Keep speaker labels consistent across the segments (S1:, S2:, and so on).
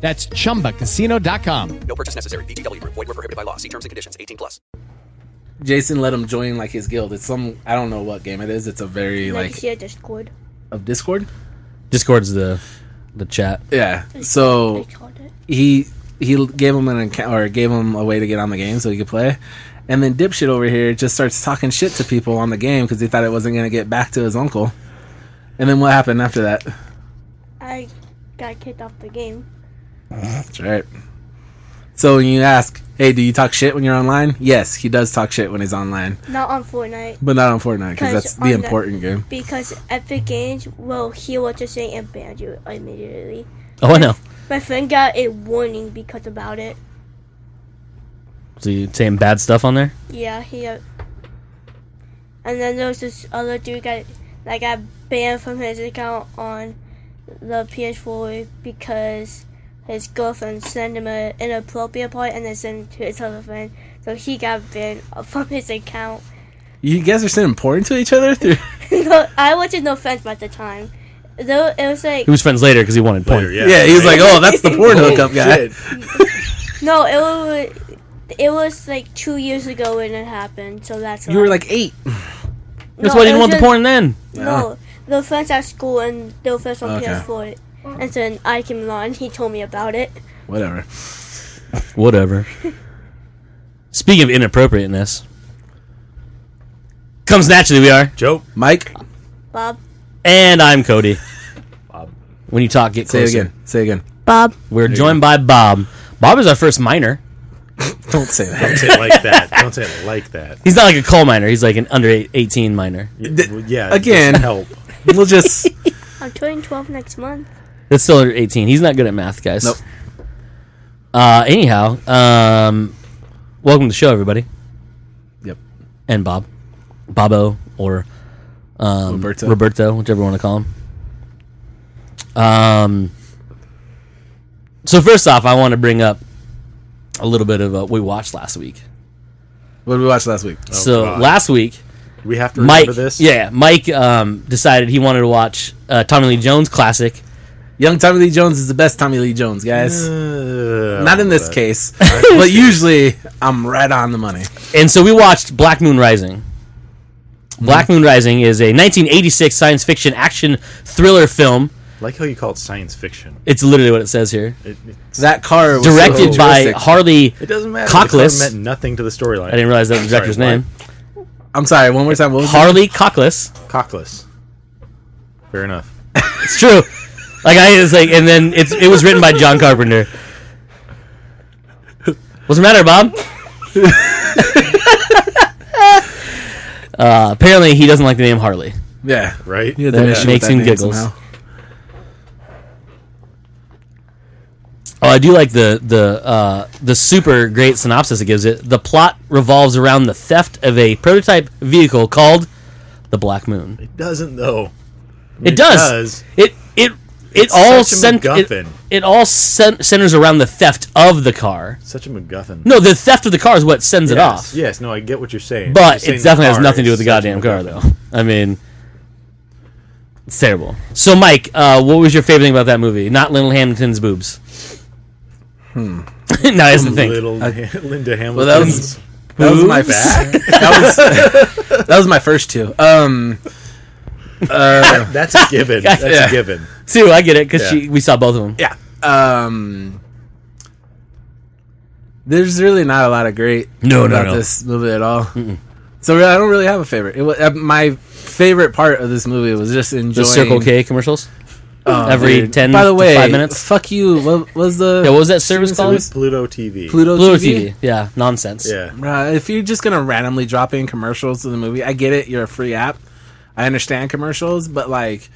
S1: That's chumbacasino.com.
S2: No purchase necessary. VGW Group. Void were prohibited by law. See terms and conditions. 18 plus.
S3: Jason let him join like his guild. It's some I don't know what game it is. It's a very like
S4: yeah, Discord.
S3: of Discord.
S5: Discord's the the chat.
S3: Yeah.
S4: I
S3: So
S4: called it.
S3: he he gave him an account or gave him a way to get on the game so he could play. And then dipshit over here just starts talking shit to people on the game because he thought it wasn't going to get back to his uncle. And then what happened after that?
S4: I got kicked off the game.
S3: That's right. So when you ask, "Hey, do you talk shit when you're online?" Yes, he does talk shit when he's online,
S4: Not on Fortnite.
S3: but not on Fortnite because
S4: 'Cause
S3: that's
S4: on
S3: the important game.
S4: Because Epic Games will hear what you're saying and ban you immediately.
S5: Oh, I know.
S4: My friend got a warning because about it.
S5: So you saying bad stuff on there?
S4: Yeah, he. Uh, and then there was this other dude got that got banned from his account on the PS4 because his girlfriend sent him an inappropriate part and then sent it to his other friend. So he got banned from his account.
S3: You guys are sending porn to each other through.
S4: No, I wasn't no friends by the time. Though it was like
S5: He was friends later because he wanted porn.
S6: yeah.
S3: yeah, he's like, "Oh, that's the porn hookup guy."
S4: no, it was it was like two years ago when it happened. So that's
S3: You
S4: why.
S3: were like eight.
S4: No,
S5: That's why I
S4: it
S5: didn't want
S4: was
S5: the
S4: just-
S5: porn Ah. then.
S4: No, they were friends at school and they were friends on
S3: Okay.
S4: PS4. And then I came along and he told me about it.
S3: Whatever.
S5: Whatever. Speaking of inappropriateness, comes naturally. We are,
S6: Joe,
S3: Mike,
S4: Bob.
S5: and I'm Cody. When you talk, get
S3: say
S5: closer.
S3: it again. Say it again.
S4: Bob.
S5: We're joined by Bob. Bob is our first miner.
S3: Don't say that.
S6: don't say it like that. Don't say it like that.
S5: He's not like a coal miner. He's like an under eight- 18 miner.
S6: Y- Yeah.
S3: Again.
S6: just Help.
S3: we'll just
S4: I'm turning 12 next month.
S5: That's still under 18. He's not good at math, guys.
S3: Nope.
S5: Uh, anyhow, um, welcome to the show, everybody.
S3: Yep.
S5: And Bob. Bobo or um,
S3: Roberto.
S5: Roberto, whichever you want to call him. Um, so, first off, I want to bring up a little bit of uh, what we watched last week.
S3: What did we watch last week?
S5: so,
S6: Oh, God.
S5: last week,
S6: Do we have to remember
S5: Mike,
S6: this?
S5: yeah, Mike um, decided he wanted to watch uh, Tommy Lee Jones classic.
S3: Young Tommy Lee Jones is the best Tommy Lee Jones, guys.
S6: Uh,
S3: Not in this case, but usually I'm right on the money.
S5: And so we watched Black Moon Rising. Black
S6: Mm-hmm.
S5: Moon Rising is a 1986 science fiction action thriller film.
S6: Like how you call it science fiction.
S5: It's literally what it says here.
S6: It, it's-
S3: That car was so
S5: Directed by
S3: futuristic.
S5: Harley.
S6: it doesn't matter.
S5: Cockless.
S6: The color meant nothing to the storyline.
S5: I didn't realize that was the
S6: Sorry,
S5: director's name.
S6: what?
S3: I'm sorry. One more time. What was it?
S5: Harley Cockless.
S6: Cockless. Fair enough.
S5: It's true. Like I was like, and then it's it was written by John Carpenter. What's the matter, Bob? uh, apparently, he doesn't like the name Harley.
S3: Yeah.
S6: Right?
S3: He had
S5: That
S3: an issue with
S5: makes him
S3: name
S5: giggles.
S3: somehow.
S5: Oh, I do like the the uh, the super great synopsis it gives it. The plot revolves around the theft of a prototype vehicle called the Black Moon.
S6: It doesn't, though.
S5: It, does. It it it
S6: It's
S5: all
S6: such a
S5: cent- it,
S6: MacGuffin.
S5: it all cen- centers around the theft of the car.
S6: Such a MacGuffin.
S5: No, the theft of the car is what sends it
S6: Yes,
S5: off.
S6: Yes, no, I get what you're saying. You're
S5: But
S6: saying
S5: it
S6: the
S5: definitely has
S6: car
S5: nothing to do
S6: is
S5: with the
S6: such a
S5: goddamn car, though.
S6: MacGuffin.
S5: I mean, it's terrible. So, Mike, uh, what was your favorite thing about that movie? Not Little Hamilton's boobs. Hmm. now, here's the thing.
S6: Little Linda Hamilton.
S3: that was- That was my back. That was, that was my first two. Um,
S6: That's a given. That's
S3: Yeah.
S6: a given.
S5: Two, I get it because
S6: Yeah.
S5: she we saw both of them.
S3: yeah. Um, There's really not a lot of great
S5: No, no,
S3: about
S5: no.
S3: this movie at all. So really, I don't really have a favorite. It was, uh, my favorite part of this movie was just enjoying
S5: The Circle K commercials. Every
S3: Oh, Dude,
S5: ten
S3: By the way,
S5: to five minutes.
S3: Fuck you. What was the
S5: Yeah, what was that service
S6: Plu-
S5: called?
S6: Pluto TV.
S3: Pluto,
S5: Blue
S3: TV?
S5: TV. Yeah, nonsense.
S6: Yeah.
S3: Bruh, if you're just gonna randomly drop in commercials to the movie, I get it. You're a free app. I understand commercials, but like,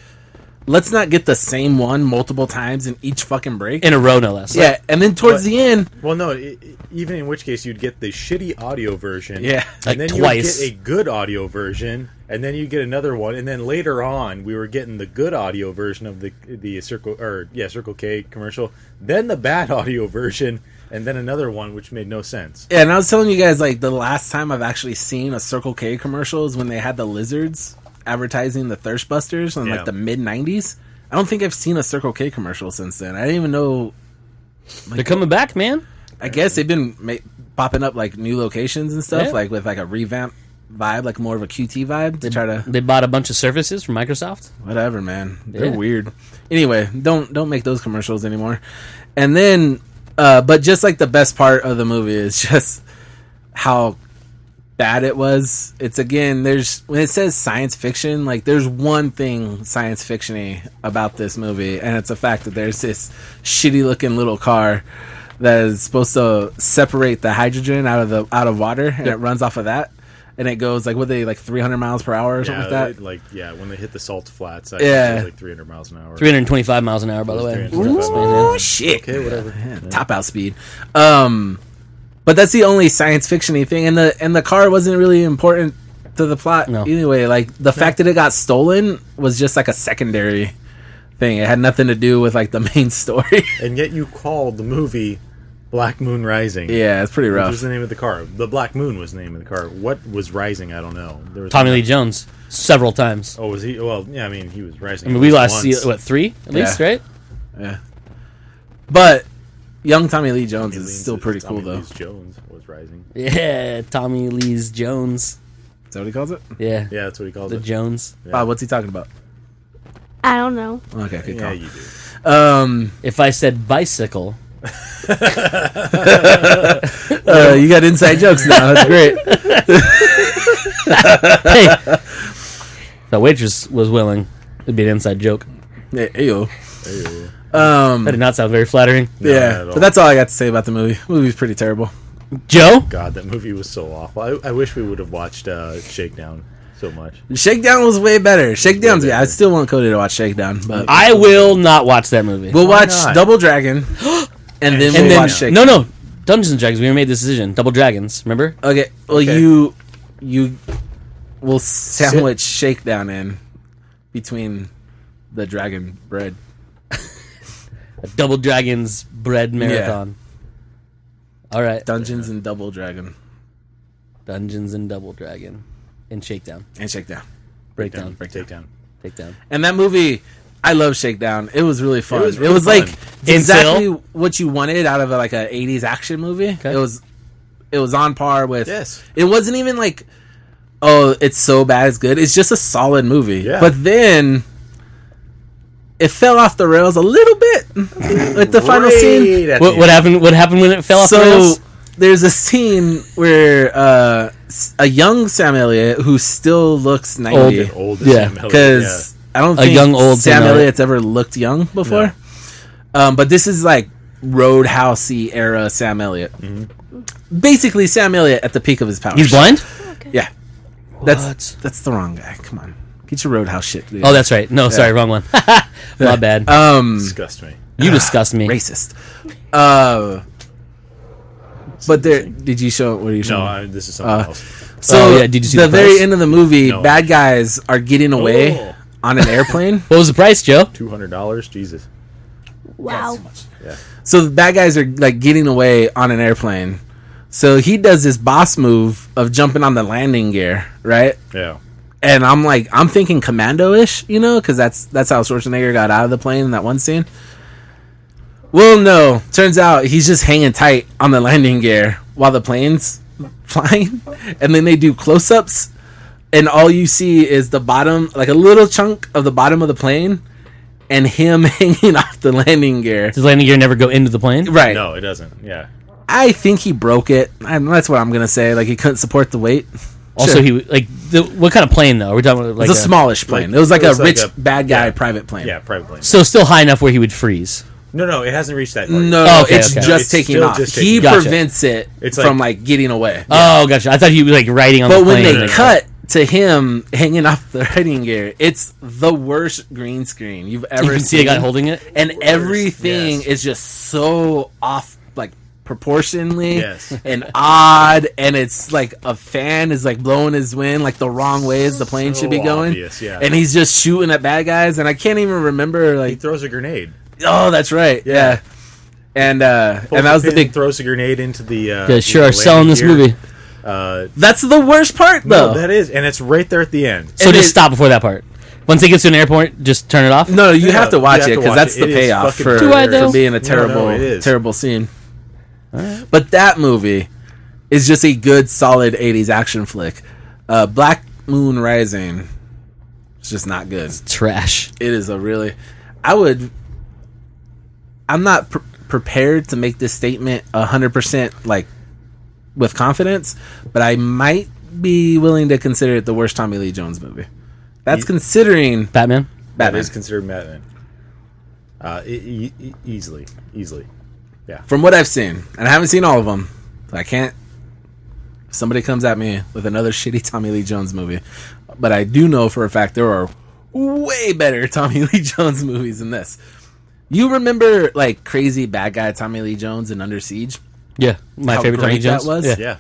S3: let's not get the same one multiple times in each fucking break.
S5: In a row, no less.
S3: yeah, and then towards the end,
S6: Well, no. i i- even in which case, you'd get the shitty audio version.
S3: Yeah.
S6: and
S5: Like
S6: then
S5: twice.
S6: You get a good audio version, and then you get another one, and then later on, we were getting the good audio version of the the circle or yeah Circle K commercial, then the bad audio version, and then another one, which made no sense.
S3: yeah, and I was telling you guys like the last time I've actually seen a Circle K commercial is when they had the lizards advertising the Thirst Busters in
S6: Yeah.
S3: like the mid '90s. I don't think I've seen a Circle K commercial since then. I didn't even know
S5: They're coming back, man.
S3: I guess they've been ma- popping up like new locations and stuff,
S5: Yeah.
S3: like with like a revamp vibe, like more of a QT vibe to try to
S5: They bought a bunch of services from Microsoft.
S3: whatever, man. They're
S5: Yeah.
S3: weird. Anyway, don't don't make those commercials anymore. And then, uh, but just like the best part of the movie is just how bad it was. It's again, there's when it says science fiction, like there's one thing science fictiony about this movie, and it's the fact that there's this shitty looking little car that is supposed to separate the hydrogen out of the out of water, and it runs off of that, and it goes like what they like 300 miles per hour or something like that.
S6: they- like yeah, when they hit the salt flats, I
S3: Yeah.
S6: it was like 300 miles an hour.
S5: 325 miles an hour, by the way.
S6: 325
S3: Oh shit!
S6: Okay, whatever.
S3: top out speed. Um, but that's the only science fictiony thing, and the and the car wasn't really important to the plot
S5: No.
S3: anyway. Like the fact that it got stolen was just like a secondary thing. It had nothing to do with like the main story.
S6: And yet, you called the movie Black Moon Rising.
S3: yeah, it's pretty
S6: What was
S3: rough.
S6: the name of the car? The Black Moon was the name of the car. What was rising? I don't know. There was
S5: Tommy Lee Jones several times.
S6: Oh, was he? Well, yeah. I mean, he was
S5: I
S6: rising.
S5: mean,
S6: at
S5: we
S6: least
S5: lost
S6: once.
S5: what three at least,
S3: Yeah.
S5: right?
S3: But young Tommy Lee Jones
S6: He
S3: is
S6: leans
S3: still
S6: to
S3: pretty
S6: Tommy
S3: cool though.
S6: Lee's Jones was rising.
S5: Yeah, Tommy Lee's Jones.
S3: Is that what he calls it?
S5: Yeah,
S6: Yeah, that's what he called
S5: the
S6: it.
S5: Jones.
S3: Bob, what's he talking about?
S4: I don't know.
S3: Okay, good
S6: yeah,
S3: call.
S6: you do.
S3: Um,
S5: If I said bicycle,
S3: uh, you got inside jokes now. That's great.
S5: hey, the waitress was willing. It'd be an inside joke.
S3: Yeah, ew.
S6: Ew.
S3: Um,
S5: That did not sound very flattering.
S6: No, not
S3: yeah,
S6: at all.
S3: but that's all I got to say about the movie. movie's pretty terrible.
S5: Joe,
S6: God, that movie was so awful. I, I wish we would have watched uh, Shakedown so much.
S3: Shakedown was way better. Shakedown's yeah. I still want Cody to watch Shakedown, but
S5: I will not watch that movie.
S3: we'll watch
S6: not?
S3: Double Dragon, and then
S6: And
S3: we'll
S5: and then
S3: watch Shakedown.
S5: no, no, Dungeons and Dragons. We made this decision. Double Dragons. Remember?
S3: Okay. Well,
S6: Okay.
S3: you you will sandwich Shakedown in between the Dragon Bread.
S5: A Double Dragons bread marathon. All right,
S3: Dungeons and Double Dragon
S5: Dungeons and Double Dragon, and Shakedown,
S3: and Shakedown.
S5: Breakdown,
S6: Takedown.
S5: Takedown.
S3: And that movie, I love Shakedown. It was really fun. It
S6: was
S3: was,
S6: really
S3: like
S6: fun.
S3: exactly
S5: Until-
S3: what you wanted out of a, like a '80s action movie. It was, it was on par with.
S6: Yes.
S3: It wasn't even like, oh, it's so bad, it's good. It's just a solid movie.
S6: Yeah.
S3: But then, it fell off the rails a little bit with the final scene.
S6: Right at
S5: What,
S6: the
S5: what
S6: end.
S5: happened? What happened when it fell off? the
S3: So
S5: rails?
S3: there's a scene where uh, s- a young Sam Elliott who still looks
S6: Old
S3: ninety
S6: and Old
S5: Yeah,
S3: because I don't
S5: A
S3: think
S5: young old
S3: Sam
S5: Sam
S3: Elliott's ever looked young before. Um, but this is like Roadhousey era Sam Elliott.
S6: Mm-hmm.
S3: Basically, Sam Elliott at the peak of his powers.
S5: he's blind.
S3: Yeah, that's
S5: What?
S3: that's the wrong guy. Come on, get your Roadhouse shit. Dude.
S5: Oh, that's right. No, sorry, wrong one. My bad.
S3: um
S6: disgust me.
S5: you disgust me.
S3: racist. Uh, but there, did you show? What are you showing?
S6: No, I, this is something
S3: Uh,
S6: else.
S3: so
S5: Oh, yeah, did you see
S3: the,
S5: the price?
S3: very end of the movie?
S6: No.
S3: Bad guys are getting away
S6: Oh.
S3: on an airplane.
S5: What was the price, Joe?
S6: Two hundred dollars, Jesus.
S4: Wow.
S3: So the bad guys are like getting away on an airplane. So he does this boss move of jumping on the landing gear, right?
S6: Yeah.
S3: And I'm like, I'm thinking commando-ish, you know, because that's that's how Schwarzenegger got out of the plane in that one scene. Well, no, turns out he's just hanging tight on the landing gear while the plane's flying, and then they do close-ups, and all you see is the bottom, like a little chunk of the bottom of the plane, and him hanging off the landing gear.
S5: Does landing gear never go into the plane?
S3: Right.
S6: No, it doesn't. Yeah.
S3: I think he broke it. I, that's what I'm gonna say. Like he couldn't support the weight.
S5: Also,
S3: Sure.
S5: he like the, what kind of plane though? Are we talking about like
S3: it was a smallish plane. it was like
S6: it was
S3: a
S6: like
S3: rich
S6: a-
S3: bad guy
S6: yeah.
S3: private plane.
S6: Yeah, private plane.
S5: So still high enough where he would freeze.
S6: No, no, it hasn't reached that. far yet.
S3: No,
S5: Oh, okay,
S3: it's
S5: okay.
S3: just
S6: It's
S3: taking
S6: still
S3: off.
S6: just taking
S3: he
S5: off. Gotcha.
S3: prevents it
S6: It's
S3: from
S6: like-
S3: like getting away.
S5: Oh gotcha. I thought he was like riding on
S3: But
S5: the
S3: when
S5: plane.
S3: they
S5: or-
S3: cut to him hanging off the riding gear, it's the worst green screen you've ever
S5: you can
S3: seen.
S5: see a guy holding it.
S3: and everything
S6: yes.
S3: is just so off, like proportionally
S6: Yes.
S3: and odd. And it's like a fan is like blowing his wind like the wrong way as the plane should be
S6: So
S3: going.
S6: obvious, yeah.
S3: And he's just shooting at bad guys. And I can't even remember
S6: He
S3: like,
S6: throws a grenade.
S3: oh, that's right, yeah. And uh,
S6: Pulls
S3: and that was the
S6: pin,
S3: big.
S6: Throws a grenade into the. Uh,
S5: Yeah,
S6: the
S5: sure. Are
S6: landing
S5: selling this
S6: gear.
S5: movie.
S6: Uh,
S3: That's the worst part though.
S6: no, that is, and it's right there at the end.
S5: So
S3: It
S5: just
S3: is-
S5: stop before that part. Once it gets to an airport, just turn it off.
S3: No, you
S6: Yeah,
S3: have to watch
S6: you have
S3: it
S6: to
S3: because
S6: watch
S3: that's
S6: it.
S3: the
S6: It is
S3: payoff
S6: fucking
S3: for,
S6: Do I, though?
S3: for being a
S6: No,
S3: terrible,
S6: no, it is.
S3: terrible scene. But that movie is just a good, solid '80s action flick. Uh, Black Moon Rising is just not good.
S5: Trash.
S3: It is a really. I would. I'm not pr- prepared to make this statement hundred percent like with confidence, but I might be willing to consider it the worst Tommy Lee Jones movie. That's considering
S5: Batman.
S6: That
S3: Batman.
S6: is considered Batman. Uh, e- e- e- easily, easily.
S3: from what I've seen, and I haven't seen all of them, so I can't. if Somebody comes at me with another shitty Tommy Lee Jones movie, but I do know for a fact there are way better Tommy Lee Jones movies than this. You remember like crazy bad guy Tommy Lee Jones in Under Siege,
S5: Yeah, my
S3: How
S5: favorite Tommy
S3: great that
S5: Jones.
S3: was?
S5: Yeah.
S6: Yeah,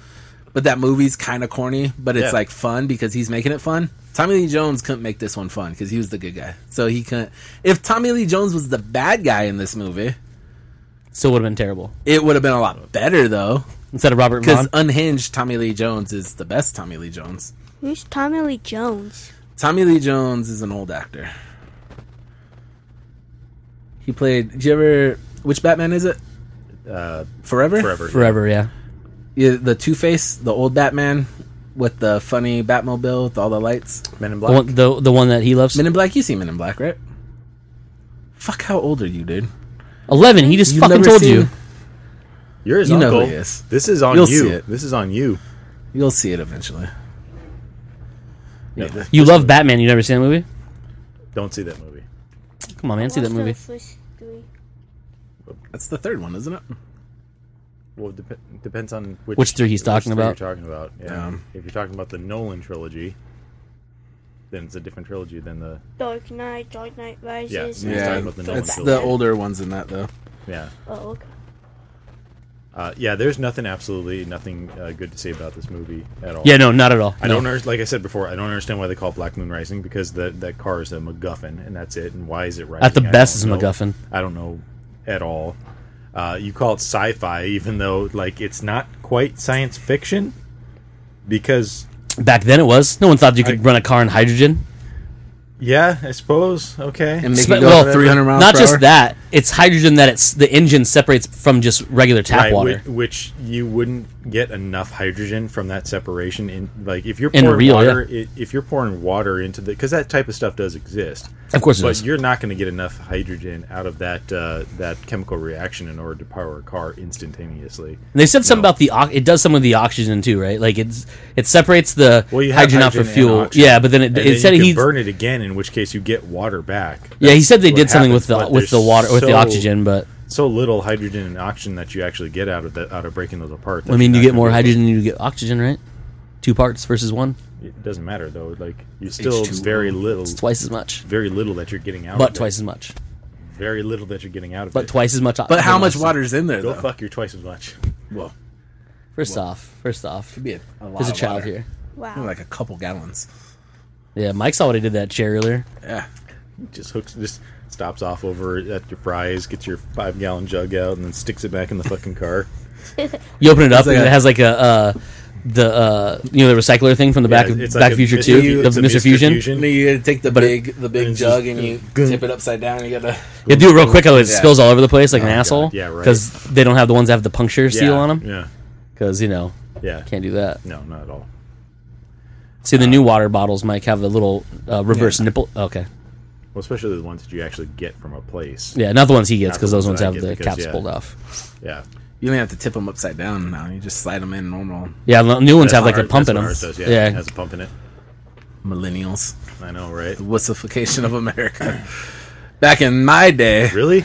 S3: but that movie's kind of corny, but it's
S6: Yeah.
S3: like fun because he's making it fun. Tommy Lee Jones couldn't make this one fun because he was the good guy, so he couldn't. If Tommy Lee Jones was the bad guy in this movie,
S5: Still would have been terrible.
S3: it would have been a lot better though.
S5: Instead of Robert
S3: Because
S5: Vaughn.
S3: unhinged Tommy Lee Jones is the best Tommy Lee Jones.
S4: Who's Tommy Lee Jones?
S3: Tommy Lee Jones is an old actor. He played. Did you ever? Which Batman is it?
S6: uh,
S3: Forever.
S6: forever.
S5: Forever. Yeah.
S3: Yeah, the Two Face, the old Batman, with the funny Batmobile with all the lights.
S6: Men in
S5: The
S6: Black.
S5: one, the, the one that he loves.
S3: Men in Black. You see Men in Black, right? Fuck, how old are you, dude?
S5: Eleven. He just
S3: You've
S5: fucking
S3: never
S5: told
S3: seen-
S5: you.
S6: You're his
S3: You know
S6: uncle.
S3: who he is.
S6: This is on
S3: You'll
S6: you.
S3: see it.
S6: This is on you.
S3: You'll see it eventually.
S6: No,
S5: You love Batman. You never seen that movie?
S6: don't see that movie.
S5: Come on, man. See that
S4: Watched the
S5: movie.
S4: first three.
S3: That's the third one, isn't it?
S6: Well, it dep- depends on which,
S5: Which three he's talking
S6: three
S5: about.
S6: You're talking about. Yeah.
S3: Um,
S6: if you're talking about the Nolan trilogy, then it's a different trilogy than the
S4: Dark Knight, Dark Knight
S6: Yeah,
S4: Rises.
S6: He's
S3: Yeah,
S6: talking about the Nolan
S3: it's
S6: trilogy.
S3: the older ones in that though.
S6: yeah.
S4: Oh, okay.
S6: Uh, yeah, there's nothing absolutely nothing uh, good to say about this movie at all.
S5: Yeah. No, not at all.
S6: I
S5: No.
S6: don't under- like I said before. I don't understand why they call it Black Moon Rising because that that car is a MacGuffin and that's it. And why is it rising?
S5: At the
S6: I
S5: best,
S6: don't
S5: it's a
S6: know.
S5: MacGuffin.
S6: I don't know at all. Uh, you call it sci-fi, even though like it's not quite science fiction because
S5: Back then it was. No one thought you could
S6: I-
S5: run a car in hydrogen.
S6: yeah, I suppose okay.
S3: And make
S5: Spe-
S3: it go
S5: well,
S3: 300 miles.
S5: Not
S3: per
S5: just
S3: hour.
S5: that. It's hydrogen that it's the engine separates from just regular tap
S6: Right,
S5: water.
S6: whi- Which, you wouldn't get enough hydrogen from that separation. In like if you're
S5: In
S6: pouring
S5: real,
S6: water, i- if you're pouring water into the because that type of stuff does exist.
S5: Of course it
S6: but
S5: does.
S6: you're not going to get enough hydrogen out of that uh, that chemical reaction in order to power a car instantaneously.
S5: And they said something about the ox- it does something with the oxygen too, right? Like it's it separates the
S6: Well, you have
S5: hydrogen out for
S6: hydrogen and
S5: fuel.
S6: oxygen.
S5: yeah, but then it,
S6: And
S5: it
S6: then
S5: said
S6: you can
S5: he
S6: burn it again, in which case you get water back.
S5: yeah he said they
S6: what
S5: did something with
S6: happens,
S5: the
S6: but
S5: with the
S6: there's
S5: water with the
S6: so-
S5: oxygen, but
S6: So little hydrogen and oxygen that you actually get out of that out of breaking those apart. that
S5: I mean
S6: you're
S5: you get
S6: not gonna
S5: more
S6: be able-
S5: hydrogen than you get oxygen, right? Two parts versus one,
S6: It doesn't matter though. Like you still
S3: H2O.
S6: very little.
S5: it's twice as much,
S6: Very little that you're getting out.
S5: but
S6: of it.
S5: twice as much,
S6: very little that you're getting out of
S5: but
S6: it.
S5: twice as much.
S3: But how
S5: oxygen.
S3: much water's in there
S6: Go
S3: though?
S6: fuck your twice as much.
S3: Well,
S5: First off, first off,
S3: be a- a lot
S5: there's a
S3: of
S5: child
S3: water.
S5: here.
S4: Wow.
S3: like a couple gallons.
S5: Yeah, Mike saw what I did to that chair earlier.
S3: Yeah.
S6: Just hooks, just stops off over at your fries, gets your five gallon jug out, and then sticks it back in the fucking car.
S5: You open it up
S3: like
S5: and
S3: a-
S5: it has like a uh, the uh, you know the recycler thing from the back
S6: Yeah,
S5: of
S6: it's
S5: Back
S6: like
S5: to
S6: a
S5: Future
S6: Mr.
S5: Two,
S6: Fu-
S5: the
S6: it's a
S5: Mr.
S6: Mr.
S5: Fusion.
S6: Fusion.
S3: You know, you gotta take the
S5: But it-
S3: big, the big
S6: it's
S3: jug,
S6: just-
S3: and you
S6: Good.
S3: tip it upside down. You gotta.
S5: Yeah, do it real quick, otherwise it
S3: Yeah.
S5: spills all over the place like an
S6: Oh, God,
S5: asshole.
S6: yeah, right.
S5: Because they don't have the ones that have the puncture seal on them.
S6: Yeah,
S5: Because you know
S6: yeah.
S5: can't do that.
S6: No, not at all.
S5: See, the new water bottles might have a little uh, reverse nipple. Okay,
S6: Well, especially the ones that you actually get from a place.
S5: yeah, not the ones he gets
S6: Not
S5: because
S6: the
S5: those ones
S6: ones that I
S5: have the
S6: get because,
S5: caps
S6: yeah.
S5: pulled off.
S6: Yeah.
S3: You don't have to tip them upside down now. You just slide them in normal.
S5: Yeah, the new ones
S6: That's
S5: have like
S6: what
S5: a
S6: ours-
S5: pump in them.
S6: that's what ours does, yeah,
S5: yeah.
S6: has a pump in it.
S3: Millennials.
S6: I know, right?
S3: Wussification of America. Back in my day.
S6: Really?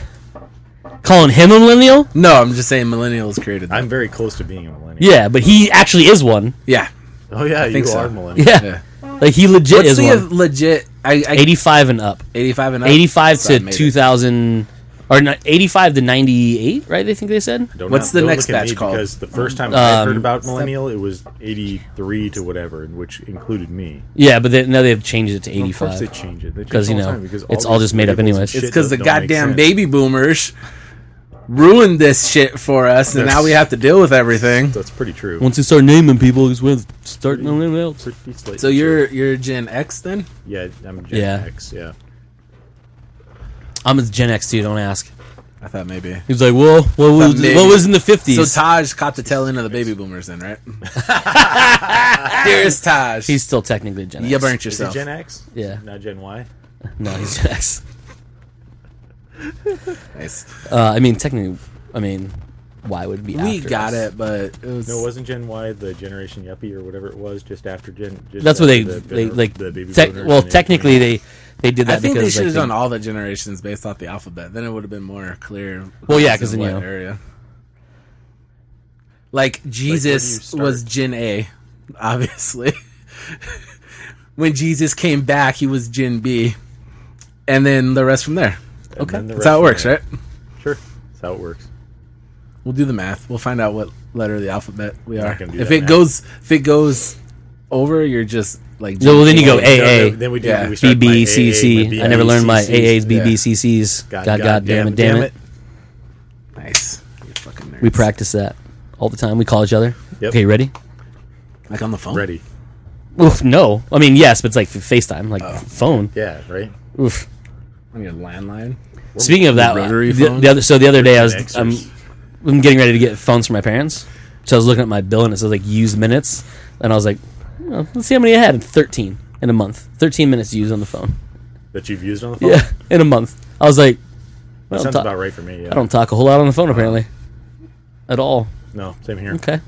S5: calling him a millennial?
S3: No, I'm just saying millennials created that.
S6: I'm very close to being a millennial.
S5: Yeah, but he actually is one.
S3: yeah.
S6: Oh yeah, you
S3: think so.
S6: are millennial.
S5: Yeah,
S3: Yeah.
S5: like he legit
S3: What's
S5: is
S3: the
S5: one.
S3: legit? I, I,
S5: Eighty-five and up.
S3: 85 and up?
S5: Eighty-five
S3: So I
S5: to
S3: made it.
S5: two thousand, or not, eighty-five to ninety-eight. Right? They think they said.
S6: Don't
S3: What's the
S6: don't
S3: next
S6: look at
S3: batch
S6: me
S3: called?
S6: Because the first time I heard
S5: Um,
S6: about millennial, it was 83 to whatever, which included me.
S5: Yeah, but they, now they've changed it to
S6: Of course they
S5: eighty-five.
S6: change it. They change
S5: 'Cause, you
S6: all the
S5: know,
S6: time because
S5: it's
S6: these
S5: all just made up
S6: labels and
S5: anyways.
S6: shit
S3: It's because the
S6: don't- don't make
S3: goddamn
S6: sense.
S3: baby boomers ruined this shit for us, and now we have to deal with everything.
S6: That's pretty true.
S5: Once you start naming people, it's when start naming else.
S6: Pretty slightly
S3: So
S6: true.
S3: you're you're Gen X then?
S6: yeah, I'm Gen
S5: Yeah.
S6: X. Yeah,
S5: I'm a Gen X dude. Don't ask.
S3: I thought maybe.
S5: He's like, well, what was,
S3: Maybe.
S5: what was in the
S3: So
S5: fifties?
S3: Taj caught the tail end of the baby boomers then, right? Here's Taj.
S5: he's still technically Gen X.
S3: you burnt
S6: is it
S3: yourself.
S6: Gen X?
S5: Yeah.
S6: not Gen Y.
S5: No, he's Gen X.
S3: Nice.
S5: Uh, I mean, technically, I mean, why would be?
S3: We
S5: after
S3: got
S5: us?
S3: it, but it was,
S6: No, wasn't Gen Y the Generation Yuppie or whatever it was just after Gen? Just
S5: That's what they
S6: after the-
S5: they
S6: the-
S5: like.
S6: the baby
S5: tec-
S6: boomers
S5: well,
S6: and everything.
S5: technically, they they did that
S3: I think they
S5: because
S3: should have
S5: like,
S3: done all the generations based off the alphabet. Then it would have been more clear.
S5: Well, yeah,
S3: who's
S5: 'cause
S3: in
S5: then, you
S3: what
S5: know.
S3: area. Like Jesus
S6: start?
S3: was Gen A, obviously. when Jesus came back, he was Gen B, and then the rest from there.
S6: And
S3: Okay,
S6: then the
S3: that's how it works,
S6: rest of
S3: right?
S6: it. Sure, that's how it works.
S3: We'll do the math. We'll find out what letter of the alphabet we are.
S6: gonna do
S3: If
S6: that
S3: it
S6: math.
S3: goes, if it goes over, you're just like.
S5: No, well, then you go
S6: No, no,
S5: A A
S6: Then we do.
S3: Yeah.
S6: We start
S5: B
S6: by
S5: B
S6: AA,
S5: C C.
S6: my
S5: I never learned my
S6: BICCs.
S5: AA's B
S3: Yeah.
S5: B C C's. God, God, damn it, damn it.
S3: Nice. You fucking nerds.
S5: We practice that all the time. We call each other.
S6: Yep.
S5: Okay, you ready?
S3: like on the phone.
S6: Ready?
S5: Oof, no, I mean yes, but it's like FaceTime, like phone.
S6: Yeah, right.
S5: Oof.
S3: on your landline.
S5: Speaking of that,
S3: rotary
S5: the,
S3: phone?
S5: the other so the other day I was
S6: Xers.
S5: I'm, I'm getting ready to get phones from my parents, so I was looking at my bill and it says like used minutes, and I was like, oh, let's see how many I had. Thirteen in a month. Thirteen minutes used on the phone.
S6: That you've used on the phone.
S5: Yeah, in a month. I was like, I
S6: that
S5: don't,
S6: sounds
S5: ta-
S6: about right for me. Yeah.
S5: I don't talk a whole lot on the phone apparently, at all.
S6: No, same here.
S5: Okay,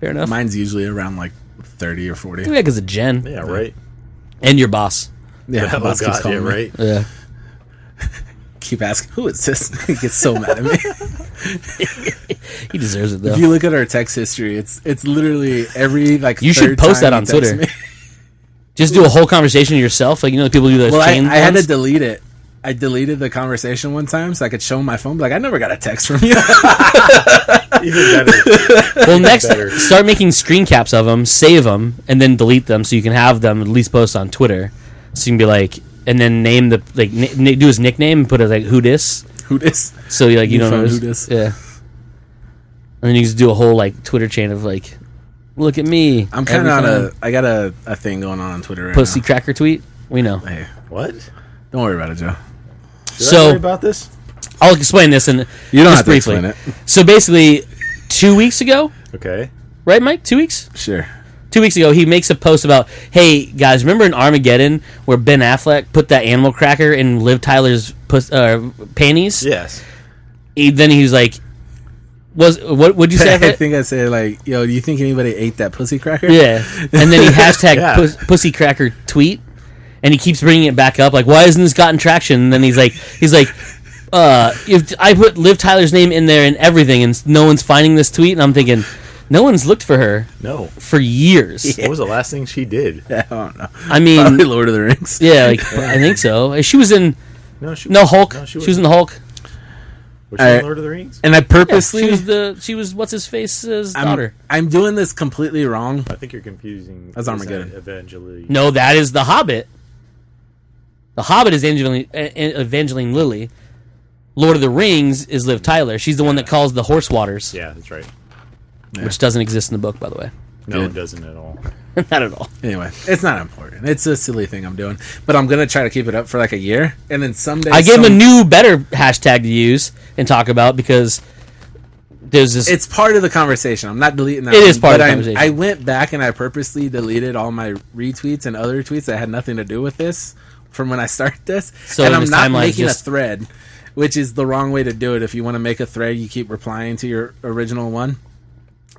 S5: fair enough.
S3: Mine's usually around like thirty or forty.
S5: Maybe I because of Jen
S6: Yeah, right.
S5: and your boss.
S3: Yeah, my
S6: Oh
S3: boss keeps
S6: god, yeah,
S3: calling me.
S6: right.
S5: Yeah.
S3: Keep asking, who is this? he gets so mad at me.
S5: He deserves it though.
S3: if you look at our text history, it's it's literally every like.
S5: You should
S3: third
S5: post
S3: time
S5: that on
S3: he texts
S5: Twitter.
S3: me.
S5: Just do a whole conversation yourself, like you know the people do those
S3: well, I,
S5: chain.
S3: I had to
S5: ones?
S3: delete it. I deleted the conversation one time so I could show him my phone. But like, I never got a text from you.
S6: Even better.
S5: well, next
S6: better.
S5: start making screen caps of them, save them, and then delete them so you can have them at least post on Twitter. So you can be like, and then name the like ni- ni- do his nickname and put it like who dis.
S3: who this?
S5: So you like you
S3: You
S5: don't know
S3: found
S5: who's-
S3: who dis.
S5: Yeah. And then you just do a whole like Twitter chain of like, look at me.
S3: I'm kind
S5: every
S3: of on
S5: time.
S3: a. I got a, a thing going on on Twitter right
S5: pussy
S3: now.
S5: cracker tweet. We know.
S3: Hey,
S6: What? Did
S3: don't worry about it, Joe.
S6: I
S5: So-
S6: worry about this?
S5: I'll explain this and
S3: You don't
S5: just
S3: have to
S5: briefly.
S3: explain it.
S5: So basically, two weeks ago,
S6: Okay.
S5: right, Mike? Two weeks.
S3: Sure.
S5: two weeks ago, he makes a post about, "Hey guys, remember in Armageddon where Ben Affleck put that animal cracker in Liv Tyler's pus- uh, panties?"
S6: Yes.
S5: He, then he was like, "Was what would you say?"
S3: I
S5: after that?
S3: think I said like, yo, do you think anybody ate that pussy cracker?
S5: yeah. And then he hashtag
S6: Yeah.
S5: pus- pussy cracker tweet, and he keeps bringing it back up. Like, why hasn't this gotten traction? And then he's like, he's like. Uh, if I put Liv Tyler's name in there and everything, and no one's finding this tweet, and I'm thinking, no one's looked for her
S6: No.
S5: for years.
S6: What was the last thing she did?
S3: I don't know.
S5: I mean,
S3: Probably Lord of the Rings.
S5: Yeah, like I think so. She was in
S6: No, she
S5: no Hulk.
S6: No,
S5: she, was in the Hulk.
S6: Was she in
S3: Alright.
S6: Lord of the Rings?
S3: And I
S5: Yeah,
S3: purposely
S5: she was the she was what's his face's
S3: I'm,
S5: daughter.
S3: I'm doing this completely wrong.
S6: I think you're confusing.
S3: That's Armageddon.
S6: Evangeline.
S5: No, that is the Hobbit. The Hobbit is Angeline, A- A- Evangeline Lilly. Lord of the Rings is Liv Tyler. She's the one that calls the horse waters,
S6: Yeah, that's right.
S5: which doesn't exist in the book, by the way.
S6: No,
S3: Good.
S6: it doesn't at all.
S5: Not at all.
S3: Anyway, it's not important. It's a silly thing I'm doing, but I'm gonna try to keep it up for like a year, and then someday
S5: I gave him
S3: some-
S5: a new, better hashtag to use and talk about because there's this.
S3: It's part of the conversation. I'm not deleting that.
S5: It
S3: It
S5: is
S3: is
S5: part of the
S3: I'm-
S5: conversation.
S3: I went back and I purposely deleted all my retweets and other tweets that had nothing to do with this from when I started this,
S5: So
S3: and
S5: in
S3: I'm
S5: this
S3: not
S5: timeline,
S3: making
S5: just-
S3: a thread. which is the wrong way to do it. If you want to make a thread, you keep replying to your original one.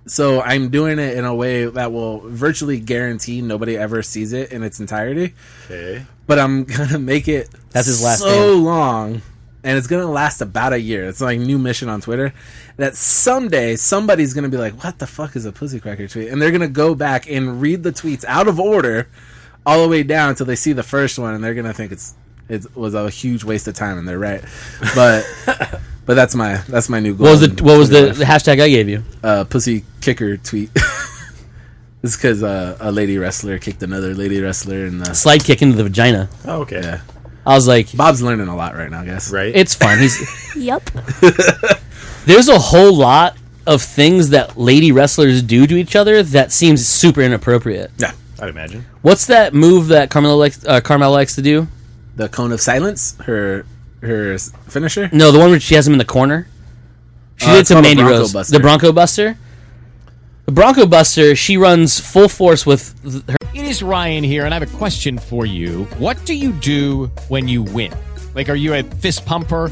S3: So I'm doing it in a way that will virtually guarantee nobody ever sees it in its entirety.
S6: Okay.
S3: But I'm gonna make it
S5: That's his last
S3: so
S5: stand.
S3: long, and it's gonna last about a year. It's like new mission on Twitter that someday somebody's gonna be like, "What the fuck is a pussy cracker tweet?" And they're gonna go back and read the tweets out of order, all the way down until they see the first one, and they're gonna think it's it was a huge waste of time, and they're right. But but that's my that's my new goal.
S5: What was
S3: in
S5: the what was
S3: Twitter
S5: the,
S3: life
S5: the hashtag I gave you?
S3: uh, pussy kicker tweet. it's because uh, a lady wrestler kicked another lady wrestler, and uh,
S5: Slide kick into the vagina.
S6: Oh, okay.
S3: yeah,
S5: I was like,
S3: Bob's learning a lot right now, guys.
S6: Right.
S5: it's fine. He's
S4: Yep.
S5: there's a whole lot of things that lady wrestlers do to each other that seems super inappropriate.
S3: Yeah,
S6: I'd imagine.
S5: What's that move that Carmelo likes, uh, Carmelo likes to do?
S3: the cone of silence, her her s- finisher.
S5: No, the one where she has him in the corner. She
S3: Uh,
S5: did it
S3: it's
S5: to
S3: called a
S5: Mandy
S3: Bronco
S5: Rose.
S3: Buster.
S5: The Bronco Buster. The Bronco Buster. She runs full force with th- her.
S1: It is Ryan here, and I have a question for you. What do you do when you win? Like, are you a fist pumper?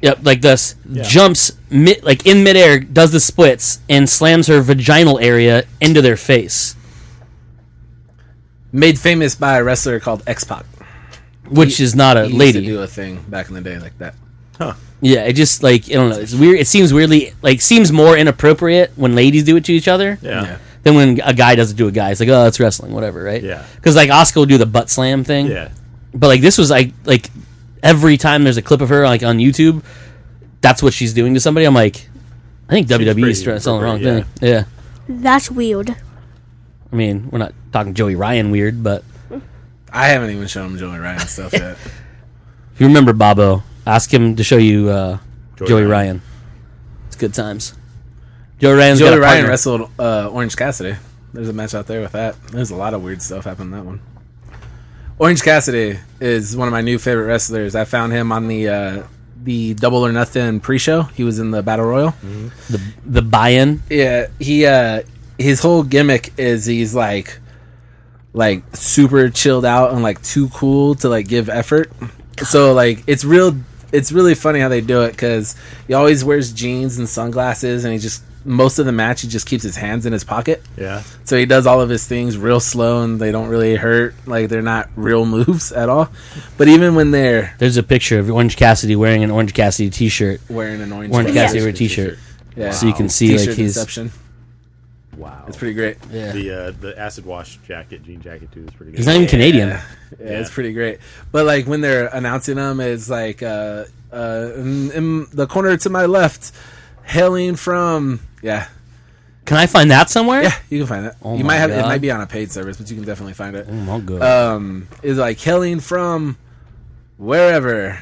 S5: yep, like this. Jumps mid, like in midair, does the splits and slams her vaginal area into their face.
S3: Made famous by a wrestler called X Pac.
S5: which is not a
S3: He
S5: lady.
S3: used to do a thing back in the day like that.
S5: yeah, it just like I don't know. It's weird. It seems weirdly like seems more inappropriate when ladies do it to each other
S6: Yeah.
S3: Yeah.
S6: Yeah.
S5: than when a guy does it to a guy. It's like oh, it's wrestling, whatever, right?
S6: Yeah.
S5: Because like Oscar will do the butt slam thing.
S6: Yeah.
S5: But like this was like like every time there's a clip of her like on YouTube, that's what she's doing to somebody. I'm like, I think WWE is
S6: pretty
S5: selling the wrong
S6: appropriate,
S5: thing. Yeah.
S4: That's weird.
S5: I mean, we're not talking Joey Ryan weird, but
S3: I haven't even shown him Joey Ryan stuff yet.
S5: if you remember Bobo, ask him to show you uh, Joey,
S6: Joey
S5: Ryan.
S6: Ryan.
S5: It's good times. Joey Ryan's got
S3: Joey
S5: a
S3: Ryan
S5: partner.
S3: wrestled uh, Orange Cassidy. There's a match out there with that. There's a lot of weird stuff happening in that one. Orange Cassidy is one of my new favorite wrestlers. I found him on the uh, the Double or Nothing pre-show. He was in the Battle Royal.
S5: the the buy-in.
S3: Yeah, he uh, his whole gimmick is he's like like super chilled out and like too cool to like give effort. So like it's real. It's really funny how they do it because he always wears jeans and sunglasses, and he just most of the match he just keeps his hands in his pocket.
S6: Yeah.
S3: So he does all of his things real slow and they don't really hurt. Like they're not real moves at all. But even when they're
S5: There's a picture of Orange Cassidy wearing an Orange Cassidy T-shirt,
S3: wearing an orange,
S5: Orange
S3: t-shirt-
S5: Cassidy wear a T-shirt.
S3: yeah.
S5: so you can see, like,
S3: T-shirt
S5: he's-
S3: deception.
S6: Wow.
S3: It's pretty great. Yeah.
S6: The uh, the acid wash jacket, jean jacket too is pretty good.
S5: He's not even Canadian.
S3: it's pretty great. But like when they're announcing them, it's like uh, uh, in, in the corner to my left, hailing from yeah.
S5: Can I find that somewhere?
S3: Yeah, you can find it. you
S5: Oh my
S3: might have it
S5: God.
S3: might be on a paid service, but you can definitely find it.
S5: Mm, I'll go.
S3: um, is like hailing from wherever,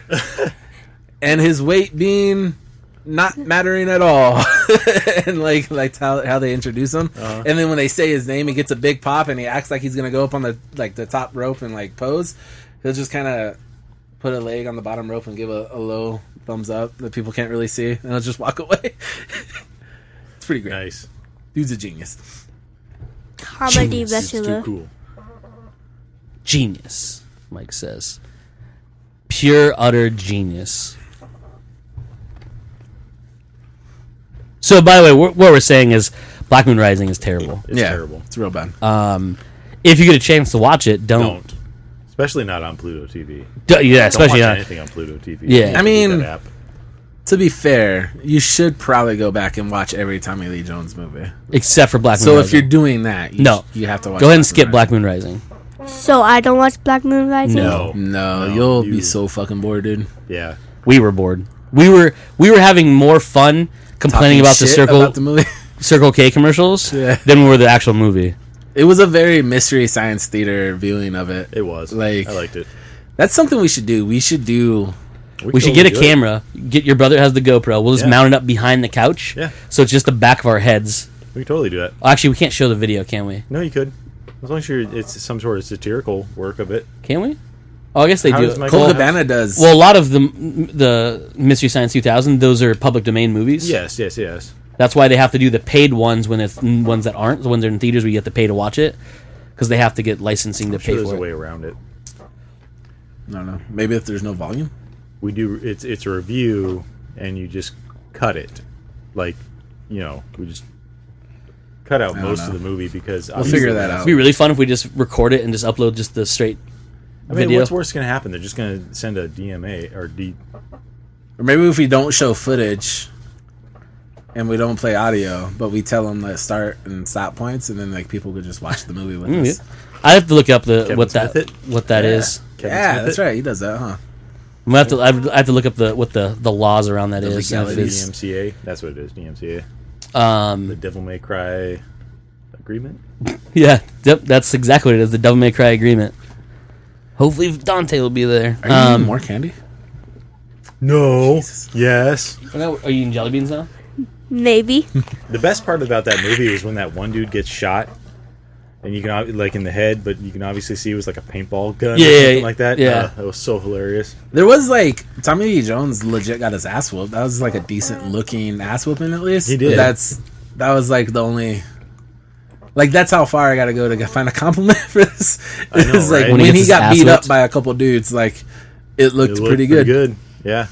S3: and his weight being not mattering at all, and like like how, how they introduce him,
S6: Uh-huh.
S3: and then when they say his name, he gets a big pop, and he acts like he's gonna go up on the like the top rope and like pose. He'll just kind of put a leg on the bottom rope and give a, a low thumbs up that people can't really see, and he'll just walk away. it's pretty great.
S6: nice.
S3: Dude's a genius.
S4: Comedy
S6: It's too
S4: wrestler.
S6: cool.
S5: Genius, Mike says. Pure utter genius. So, by the way, wh- what we're saying is Black Moon Rising is terrible.
S6: It's terrible.
S3: It's real bad.
S5: If you get a chance to watch it, don't.
S6: Don't. Especially not on Pluto TV.
S5: D- yeah,
S6: Don't
S5: especially
S6: watch
S5: not.
S6: anything on Pluto TV.
S5: Yeah. I
S6: Delete
S3: mean-
S6: that app.
S3: to be fair, you should probably go back and watch every Tommy Lee Jones movie.
S5: except for Black Moon.
S3: So if
S5: Rising.
S3: you're doing that, you
S5: No.
S3: sh- you have to watch
S5: go ahead and skip Black Moon Rising.
S4: So I don't watch Black Moon Rising.
S6: No.
S3: No,
S6: No,
S3: you'll be
S6: you-
S3: so fucking bored, dude.
S6: Yeah.
S5: We were bored. We were we were having more fun complaining
S3: Talking
S5: about the
S3: shit
S5: circle
S3: about the movie.
S5: Circle K commercials
S3: Yeah.
S5: than we were the actual movie.
S3: it was a very mystery science theater viewing of it.
S6: It was.
S3: Like-
S6: I liked it.
S3: That's something we should do. We should do.
S5: We should
S6: totally
S5: get a
S6: do it.
S5: camera. Get your brother has the GoPro. We'll just
S6: Oh, Yeah.
S5: mount it up behind the couch.
S6: Yeah.
S5: So it's just the back of our heads.
S6: We could totally do that.
S5: Actually, we can't show the video, can we?
S6: No, you could. As long as you're, it's some sort of satirical work of it.
S5: Can we? Oh, I guess they
S6: How
S5: do.
S6: does
S5: it.
S6: my-
S3: Cole
S6: Well-
S3: Cabana does.
S5: well, a lot of the the Mystery Science 2000, those are public domain movies.
S6: Yes, yes, yes.
S5: That's why they have to do the paid ones when it's n- ones that aren't the ones that are in theaters where you have to pay to watch it because they have to get licensing to
S6: I'm sure
S5: pay
S6: there's a
S5: for
S6: way
S5: it.
S6: around it.
S3: I don't know. Maybe if there's no volume.
S6: We do. It's it's a review, and you just cut it, like, you know, we just cut out most
S3: know.
S6: of the movie because
S3: We'll figure that out.
S5: It'd be really fun if we just record it and just upload just the straight.
S6: I mean,
S5: Video.
S6: what's worse gonna happen? They're just gonna send a DMA or D.
S3: Or maybe if we don't show footage and we don't play audio, but we tell them the start and stop points, and then like people could just watch the movie
S5: Mm,
S3: with us.
S5: I have to look up the
S6: Kevin
S5: what that
S6: Smith it?
S5: what that
S3: Yeah.
S5: is.
S6: Kevin
S3: yeah,
S6: Smith
S3: that's
S6: it?
S3: right. He does that, huh?
S5: I'm gonna have to I have I have to look up the what the, the laws around that is. and if it's,
S6: DMCA. That's what it is. DMCA. The
S5: um,
S6: Devil May Cry agreement.
S5: yeah, yep, that's exactly what it is. The Devil May Cry agreement. Hopefully Dante will be there.
S3: Are you
S5: um,
S3: eating more candy?
S6: No. Yes.
S5: I know- Are you eating jelly beans now?
S4: Maybe.
S6: The best part about that movie was when that one dude gets shot, and you can ob- like in the head, but you can obviously see it was like a paintball gun,
S5: Yeah,
S6: or
S5: yeah,
S6: something
S5: yeah.
S6: like that.
S5: Yeah.
S6: Uh, that was so hilarious.
S3: There was like Tommy Lee Jones legit got his ass whooped. That was like a decent looking ass whooping at least.
S6: He did.
S3: But that's that was like the only. Like that's how far I got to go to find a compliment for this. It
S6: know,
S3: was like
S6: right?
S3: when,
S5: When he
S3: he
S5: gets his
S3: got
S5: ass
S3: beat up
S5: whooped.
S3: by a couple dudes, like it
S6: It
S3: looked,
S6: looked
S3: pretty, good.
S6: good. Yeah.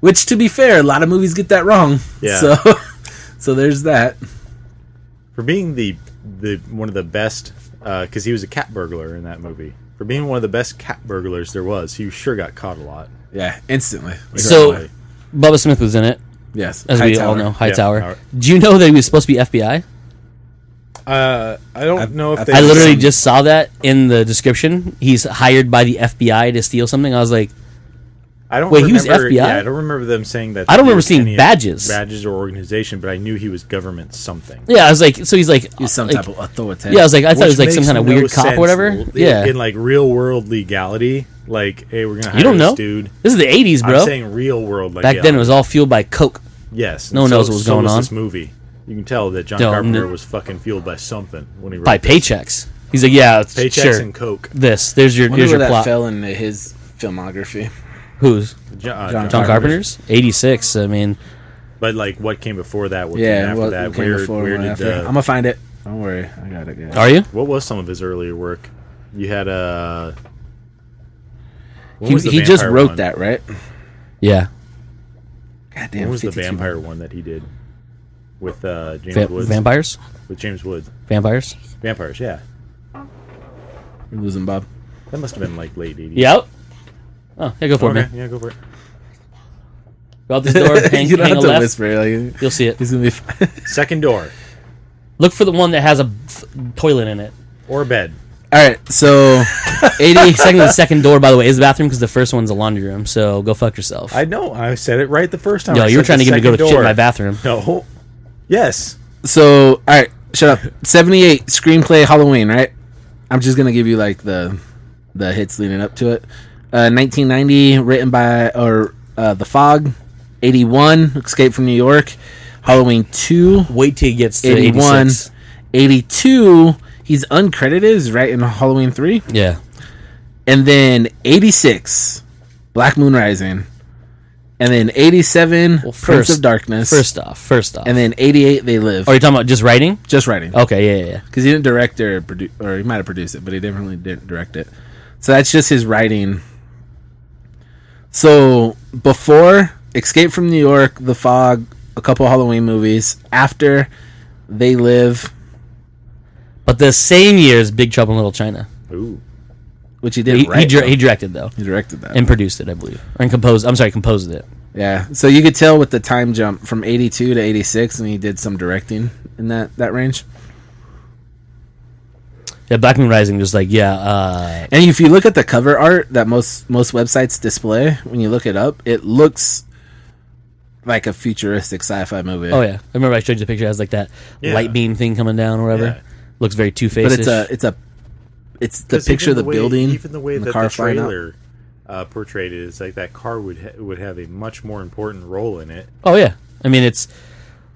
S3: Which, to be fair, a lot of movies get that wrong.
S6: Yeah.
S3: So, so there's that.
S6: for being the the one of the best because he was a cat burglar in that movie. For being one of the best cat burglars there was, he sure got caught a lot.
S3: Yeah, instantly.
S5: So-
S6: Right away.
S5: Bubba Smith was in it,
S3: yes,
S5: as we all
S3: Hightower.
S5: know. Hightower.
S6: Howard.
S5: Do you know that he was supposed to be FBI?
S6: uh, I don't know if
S3: I-
S6: they.
S5: I literally
S3: some-
S5: just saw that in the description. He's hired by the FBI to steal something. I was like,
S6: I don't.
S5: wait, he was
S6: remember,
S5: FBI?
S6: Yeah, I don't remember them saying that.
S5: I don't
S6: there
S5: remember
S6: was
S5: seeing
S6: any
S5: badges.
S6: badges or organization, but I knew he was government something.
S5: yeah, I was like, so he's like,
S3: He's Some
S5: like-
S3: type of authority.
S5: yeah, I was like, I thought it
S6: Which
S5: was like some
S6: makes
S5: kind of
S6: no
S5: weird cop
S6: sense
S5: or whatever.
S6: l-
S5: yeah,
S6: in like real world legality, like hey, we're gonna hire
S5: you don't
S6: this
S5: know.
S6: dude.
S5: This is the '80s,
S6: I'm
S5: bro.
S6: saying real world. Like,
S5: Back
S6: yeah,
S5: then, it was all fueled by Coke.
S6: yes.
S5: no
S6: and
S5: one knows what was
S6: so
S5: going on.
S6: This movie, you can tell that John
S5: No,
S6: Carpenter
S5: n-
S6: was fucking fueled by something when he wrote
S5: by
S6: this.
S5: paychecks. He's like, yeah, it's-
S6: Paychecks
S5: sure.
S6: and Coke.
S5: this. There's your
S3: Wonder
S5: here's
S3: where
S5: your
S3: that
S5: plot.
S3: fell into his filmography.
S5: Who's
S6: Jo- uh,
S3: John
S5: John
S3: Carpenter's.
S5: Carpenter's? '86. I mean,
S6: But like, what came before that? What
S3: Yeah,
S6: came after
S3: what
S6: that?
S3: came
S6: Where,
S3: before?
S6: where
S3: what
S6: did
S3: after.
S6: uh,
S3: I'm gonna find it. Don't worry, I got it. Good.
S5: are you?
S6: what was some of his earlier work? You had uh, a.
S3: He, he just wrote that, right?
S5: Yeah,
S3: God damn,
S6: When was the
S3: 52.
S6: vampire one that he did with uh, James
S5: Va-
S6: Woods?
S5: vampires,
S6: With James Woods,
S5: vampires.
S6: vampires. Yeah,
S3: You're losing Bob.
S6: that must have been like late eighties.
S5: Yep. Oh, yeah, go for it,
S6: Okay.
S5: man.
S6: Yeah, go for it.
S5: Go out this door, hang,
S3: you don't
S5: hang
S3: have
S5: a
S3: to
S5: left.
S3: whisper. Like,
S5: You'll see it.
S3: he's gonna be. Fine.
S6: Second door
S5: Look for the one that has a f- toilet in it.
S6: or bed.
S3: All right, so
S5: 80 second the second door, by the way, is the bathroom because the first one's a laundry room. So go fuck yourself.
S6: I know. I said it right the first time.
S5: Yo,
S6: I
S5: you were
S6: said
S5: trying
S6: the
S5: to get me to go to
S6: second
S5: shit in
S6: door.
S5: my bathroom.
S6: No. Yes.
S3: so all right, shut up. Seventy eight screenplay Halloween, right? I'm just gonna give you like the the hits leading up to it. Uh, 1990, written by or uh, The Fog. 81, Escape from New York. Halloween 2,
S5: Wait till he gets to
S3: 81.
S5: 86.
S3: 82, he's uncredited, is right in Halloween 3.
S5: Yeah.
S3: And then 86, Black Moon Rising. And then 87,
S5: Well,
S3: Prince
S5: first-
S3: of Darkness.
S5: First off, first off.
S3: and then 88, They Live.
S5: Are you Oh. talking about just writing?
S3: just writing.
S5: Okay, yeah, yeah, yeah.
S3: Because he didn't direct or produce, or he might have produced it, but he definitely didn't direct it. So that's just his writing. So before Escape from New York, The Fog, a couple Halloween movies. After They Live,
S5: But the same year as Big Trouble in Little China.
S6: Ooh.
S3: which he
S5: He,
S3: didn't
S5: he
S3: write.
S5: dir-
S3: though.
S5: he directed, though,
S3: He directed that.
S5: and produced it, I believe. And composed. I'm sorry, composed it.
S3: Yeah, so you could tell with the time jump from 82 to 86, and he did some directing in that that range.
S5: Yeah, Black Moon Rising was like, yeah, uh,
S3: And if you look at the cover art that most most websites display when you look it up, it looks like a futuristic sci-fi movie.
S5: oh yeah. I remember I showed you the picture. It has like that
S6: Yeah.
S5: light beam thing coming down or whatever.
S6: Yeah.
S5: Looks very two faced.
S3: but it's uh, a it's a it's the
S6: 'Cause even
S3: picture of the,
S6: way-
S3: building,
S6: even the way
S3: and
S6: that the
S3: car flying up.
S6: trailer uh, portrayed it is like that car would ha- would have a much more important role in it.
S5: Oh yeah, I mean it's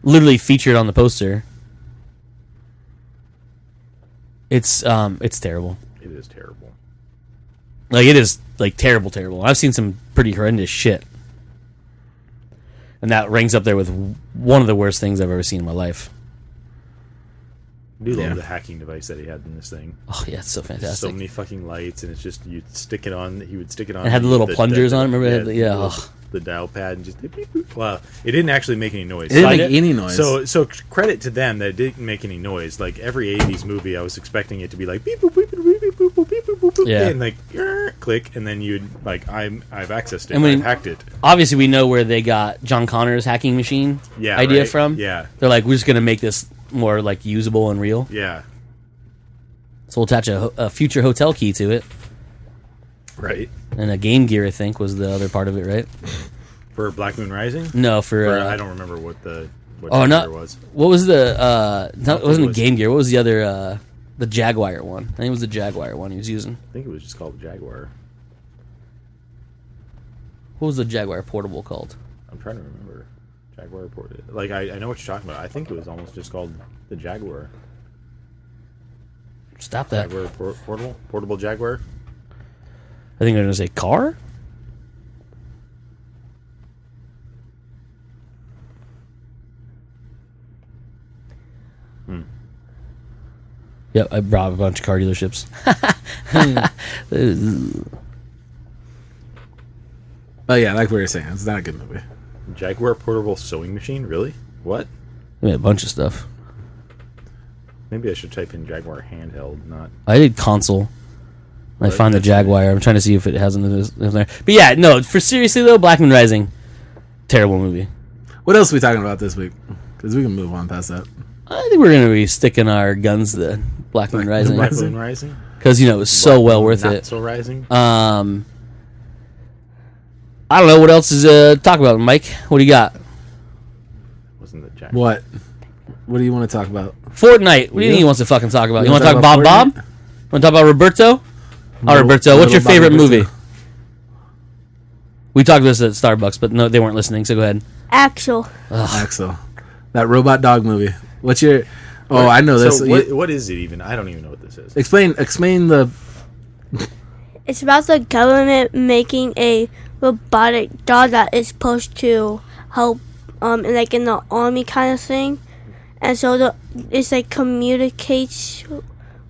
S5: literally featured on the poster. It's um, it's terrible.
S6: It is terrible.
S5: Like it is like terrible, terrible. I've seen some pretty horrendous shit, and that ranks up there with w- one of the worst things I've ever seen in my life.
S6: I do
S3: Yeah.
S6: love the hacking device that he had in this thing.
S5: Oh yeah, it's so fantastic.
S6: So many fucking lights, and it's just you'd stick it on. He would stick it on.
S5: It had
S6: the-
S5: little
S6: the-
S5: plungers
S6: the-
S5: on it, remember? It had the- yeah,
S6: the-
S5: ugh.
S6: the dial pad and just beep, boop. wow. It didn't actually make any noise.
S3: It didn't
S6: So I
S3: make
S6: did-
S3: any noise.
S6: So so credit to them that it didn't make any noise. Like every '80s movie, I was expecting it to be like beep boop beep boop beep boop boop beep boop boop boop,
S5: Yeah.
S6: and like "Grr," click, and then you'd like I'm I've accessed it.
S5: I mean-
S6: I've hacked it.
S5: Obviously, we know where they got John Connor's hacking machine
S6: Yeah,
S5: idea
S6: right?
S5: from.
S6: Yeah.
S5: they're like, we're just gonna make this more like usable and real.
S6: Yeah,
S5: So we'll attach a, ho- a future hotel key to it,
S6: right.
S5: and a Game Gear, I think, was the other part of it, right?
S6: For Black Moon Rising,
S5: No, for,
S6: Or
S5: uh,
S6: I don't remember what the what
S5: Oh,
S6: the
S5: not
S6: year was.
S5: What was the uh? Not, it
S6: it
S5: wasn't a
S6: was-
S5: Game Gear. What was the other? uh The Jaguar one. I think it was the Jaguar one he was using.
S6: I think it was just called Jaguar.
S5: What was the Jaguar portable called?
S6: I'm trying to remember. Jaguar reported. Like I, I know what you're talking about. I think it was almost just called the Jaguar.
S5: Stop that.
S6: Jaguar por- portable portable Jaguar.
S5: I think I'm gonna say car. Yep, I robbed a bunch of car dealerships.
S3: Oh yeah, like we were saying, it's not a good movie.
S6: Jaguar portable sewing machine. Really? What?
S5: I made a bunch of stuff.
S6: Maybe I should type in Jaguar handheld. Not.
S5: I did console. I found the Jaguar. I'm trying to see if it has another in there. But yeah, no. For seriously though, Black Moon Rising, terrible movie.
S3: What else are we talking about this week? Because we can move on past that.
S5: I think we're gonna be sticking our guns to the Black Moon Rising
S6: Black
S3: Rising?
S6: Moon Rising.
S5: because you know it was so
S6: Black
S5: well
S6: Moon
S5: worth
S6: not
S5: it.
S6: So rising.
S3: Uh,
S5: Um, I don't know what else is uh to talk about, Mike. What do you got?
S6: Wasn't the Jaguar?
S3: What? What do you want to talk about?
S5: Fortnite. What do you think
S3: Yeah.
S5: he wants to fucking talk about?
S3: We
S5: You want to talk
S3: wanna
S5: about
S3: talk about
S5: Bob Bob? Want to talk about Roberto? Oh, Roberto,
S3: little
S5: what's your
S3: Bobby
S5: favorite
S3: Roberto.
S5: movie? We talked about this at Starbucks, but no, they weren't listening. So go ahead.
S4: Axel.
S3: Axel, that robot dog movie. What's your? Oh, I know this.
S6: So
S3: You-
S6: what, what is it even? I don't even know what this is.
S3: explain, explain the.
S4: It's about the government making a robotic dog that is supposed to help, um, in, like in the army kind of thing. And so the it's like communicates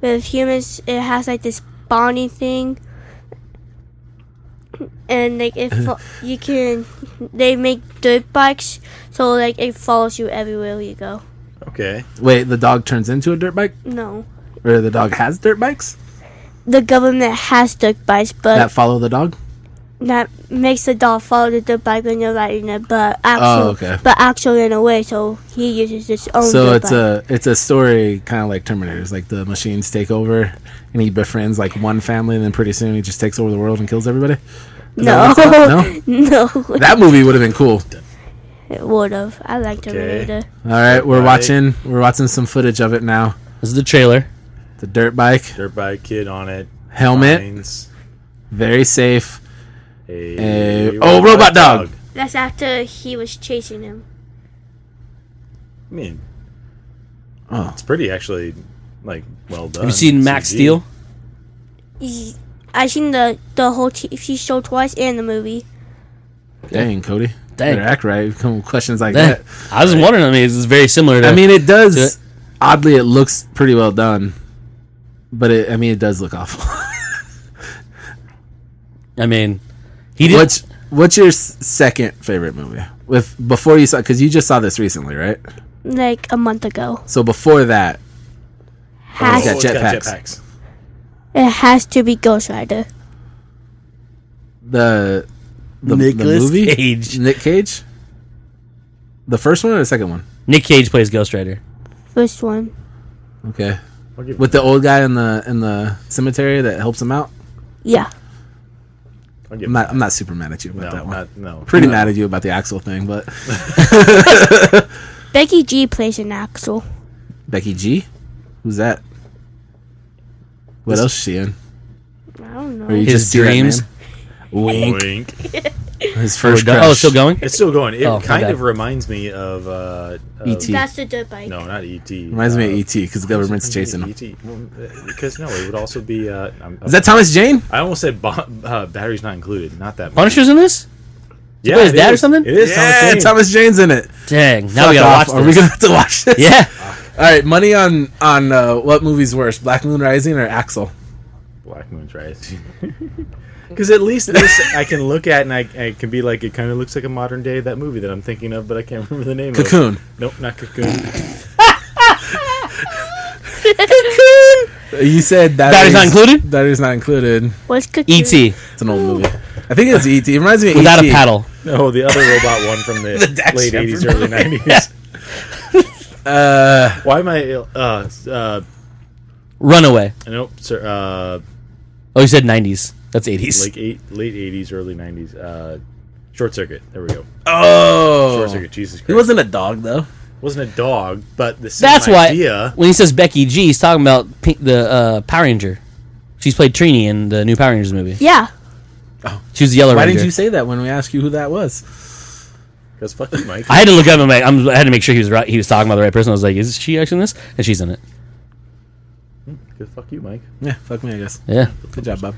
S4: with humans. It has like this bonding thing, and like if you can, they make dirt bikes, so like it follows you everywhere you go.
S6: Okay.
S3: Wait, the dog turns into a dirt bike,
S4: No,
S3: or the dog has dirt bikes
S4: the government has dirt bikes, but
S3: that follow the dog.
S4: that makes the dog follow the dirt bike when you're riding it, but actual,
S3: Oh, okay.
S4: but actual ran away, so he uses his own.
S3: So
S4: oh, dirt
S3: it's uh,
S4: bike.
S3: a it's a story kind of like Terminators, like the machines take over, and he befriends like one family, and then pretty soon he just takes over the world and kills everybody.
S4: no,
S3: No?
S4: no,
S3: That movie would have been cool.
S4: it would have. I like
S6: Okay.
S4: Terminator.
S3: All right, we're
S6: Right.
S3: watching we're watching some footage of it now.
S5: This is the trailer.
S3: The dirt bike,
S6: Dirt bike kid on it.
S3: helmet,
S6: Mines,
S3: very safe.
S6: a,
S3: A- oh, robot dog.
S4: That's after he was chasing him.
S6: I mean,
S3: Oh,
S6: it's pretty actually. Like well done.
S5: Have
S3: Uh,
S5: you seen Max
S6: CG.
S5: Steel?
S4: He- I seen the the whole TV show twice and the movie.
S3: dang, Cody,
S5: Dang.
S3: better act right. You Come with questions like
S5: That-
S3: that.
S5: I was wondering. I mean, it's very similar. to
S3: I mean, it does.
S5: Do it.
S3: Oddly, it looks pretty well done, but it, I mean, it does look awful.
S5: I mean, he did.
S3: what's What's your s- second favorite movie? With before you saw, because you just saw this recently, right?
S4: Like a month ago,
S3: So before that,
S4: has,
S3: got
S6: it's got
S3: jetpacks.
S6: jetpacks.
S4: it has to be Ghost Rider.
S3: the The,
S5: Nicolas Cage.
S3: Nick Cage. The first one or the second one?
S5: Nick Cage plays Ghost Rider.
S4: First one.
S3: Okay,
S6: I'll give-
S3: with the old guy in the in the cemetery that helps him out.
S4: Yeah.
S6: I'll give-
S3: I'm not I'm not super mad at you about
S6: no,
S3: that one.
S6: not- no.
S3: Pretty mad at you about the Axel thing, but
S4: Becky G plays an Axel.
S3: Becky G, who's that? What else is she in?
S4: I don't know.
S3: Or you
S5: His
S3: just see that
S5: dreams.
S3: name? Wink.
S6: Wink.
S3: His first.
S5: We're done-
S3: crush.
S5: Oh, it's still going.
S6: It's still going. It
S5: Oh, my
S6: kind
S5: bad.
S6: of reminds me of uh, of-
S3: E.T.
S4: That's the dirt bike.
S6: No, not E Uh, ET.
S3: E Reminds me of ET because the government's chasing him.
S6: ET. Because uh, no, it would also be. Uh, I'm,
S3: Is that Thomas Jane?
S6: I almost said bomb, uh, batteries not included. Not that. much.
S5: Punisher's in this?
S6: Yeah,
S5: What, his
S6: it
S5: dad or
S6: is.
S5: something?
S6: It is.
S3: Yeah,
S6: Thomas. Jane.
S3: Thomas Jane's in it.
S5: Dang. Now
S3: Fuck
S5: we gotta
S3: off.
S5: watch this.
S3: Are we gonna have to watch this?
S5: yeah.
S3: All right, money on on uh, what movie's worse, Black Moon Rising or Axel?
S6: Black Moon's Rise. Because at least this I can look at and I, I can be like, it kind of looks like a modern day of that movie that I'm thinking of, but I can't remember the name. Of
S3: Cocoon.
S6: it. Nope, not Cocoon.
S3: You said that
S5: Batteries not included?
S3: That is not included.
S4: What's cooking?
S5: E.T.
S3: It's an old movie. I think it's ET. It reminds me of
S5: E
S3: E
S5: Without
S3: ET.
S5: a paddle.
S6: no, Oh, the other robot one from the,
S3: Dax
S6: late
S3: Shepard.
S6: '80s, early '90s.
S3: Uh,
S6: Why am I? Uh, uh,
S5: Runaway.
S6: nope, sir. Uh,
S5: Oh, you said 90s. That's 80s.
S6: like eight, late '80s, early '90s. Uh, short circuit. There we go. Short
S3: oh,
S6: circuit. Jesus Christ.
S3: he wasn't a dog though.
S6: wasn't a dog, but the same
S5: That's why
S6: idea.
S5: when he says Becky G, he's talking about pink, the uh, Power Ranger. She's played Trini in the new Power Rangers movie.
S4: Yeah.
S5: She was the Yellow
S3: Why
S5: Ranger.
S3: didn't you say that when we asked you who that was?
S6: Because fuck you, Mike.
S5: I had to look up and like, I'm, I had to make sure he was right. He was talking about the right person. I was like, "Is she actually in this?" And she's in it.
S6: 'Cause fuck you, Mike.
S3: Yeah, fuck me, I guess.
S5: Yeah.
S3: Good job, Bob.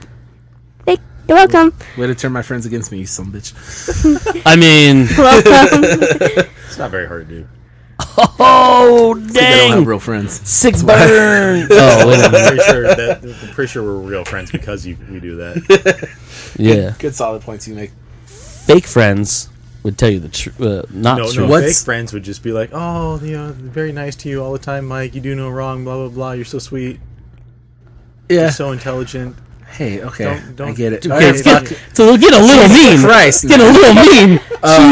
S4: Thank- You're welcome.
S3: Way to turn my friends against me, you son bitch.
S5: I mean,
S4: Welcome.
S6: It's not very hard to do.
S3: I
S5: oh
S3: don't have
S5: dang,
S3: real friends.
S5: six burn. oh wait a
S6: I'm
S5: minute.
S6: pretty sure that I'm pretty sure we're real friends because you, we do that.
S5: Yeah,
S3: Good solid points you make.
S5: fake friends would tell you the truth, uh, not
S6: No,
S5: true.
S6: no,
S3: What's-
S6: fake friends would just be like, "Oh, you know, very nice to you all the time, Mike. You do no wrong. Blah blah blah. You're so sweet.
S3: Yeah.
S6: You're so intelligent.
S3: hey, okay.
S6: Don't- don't-
S3: I get it.
S6: Okay,
S3: All
S5: Okay,
S3: right,
S5: it's
S6: fuck.
S5: get, so they'll get a little mean.
S3: Christ. Um,
S5: Get a little mean.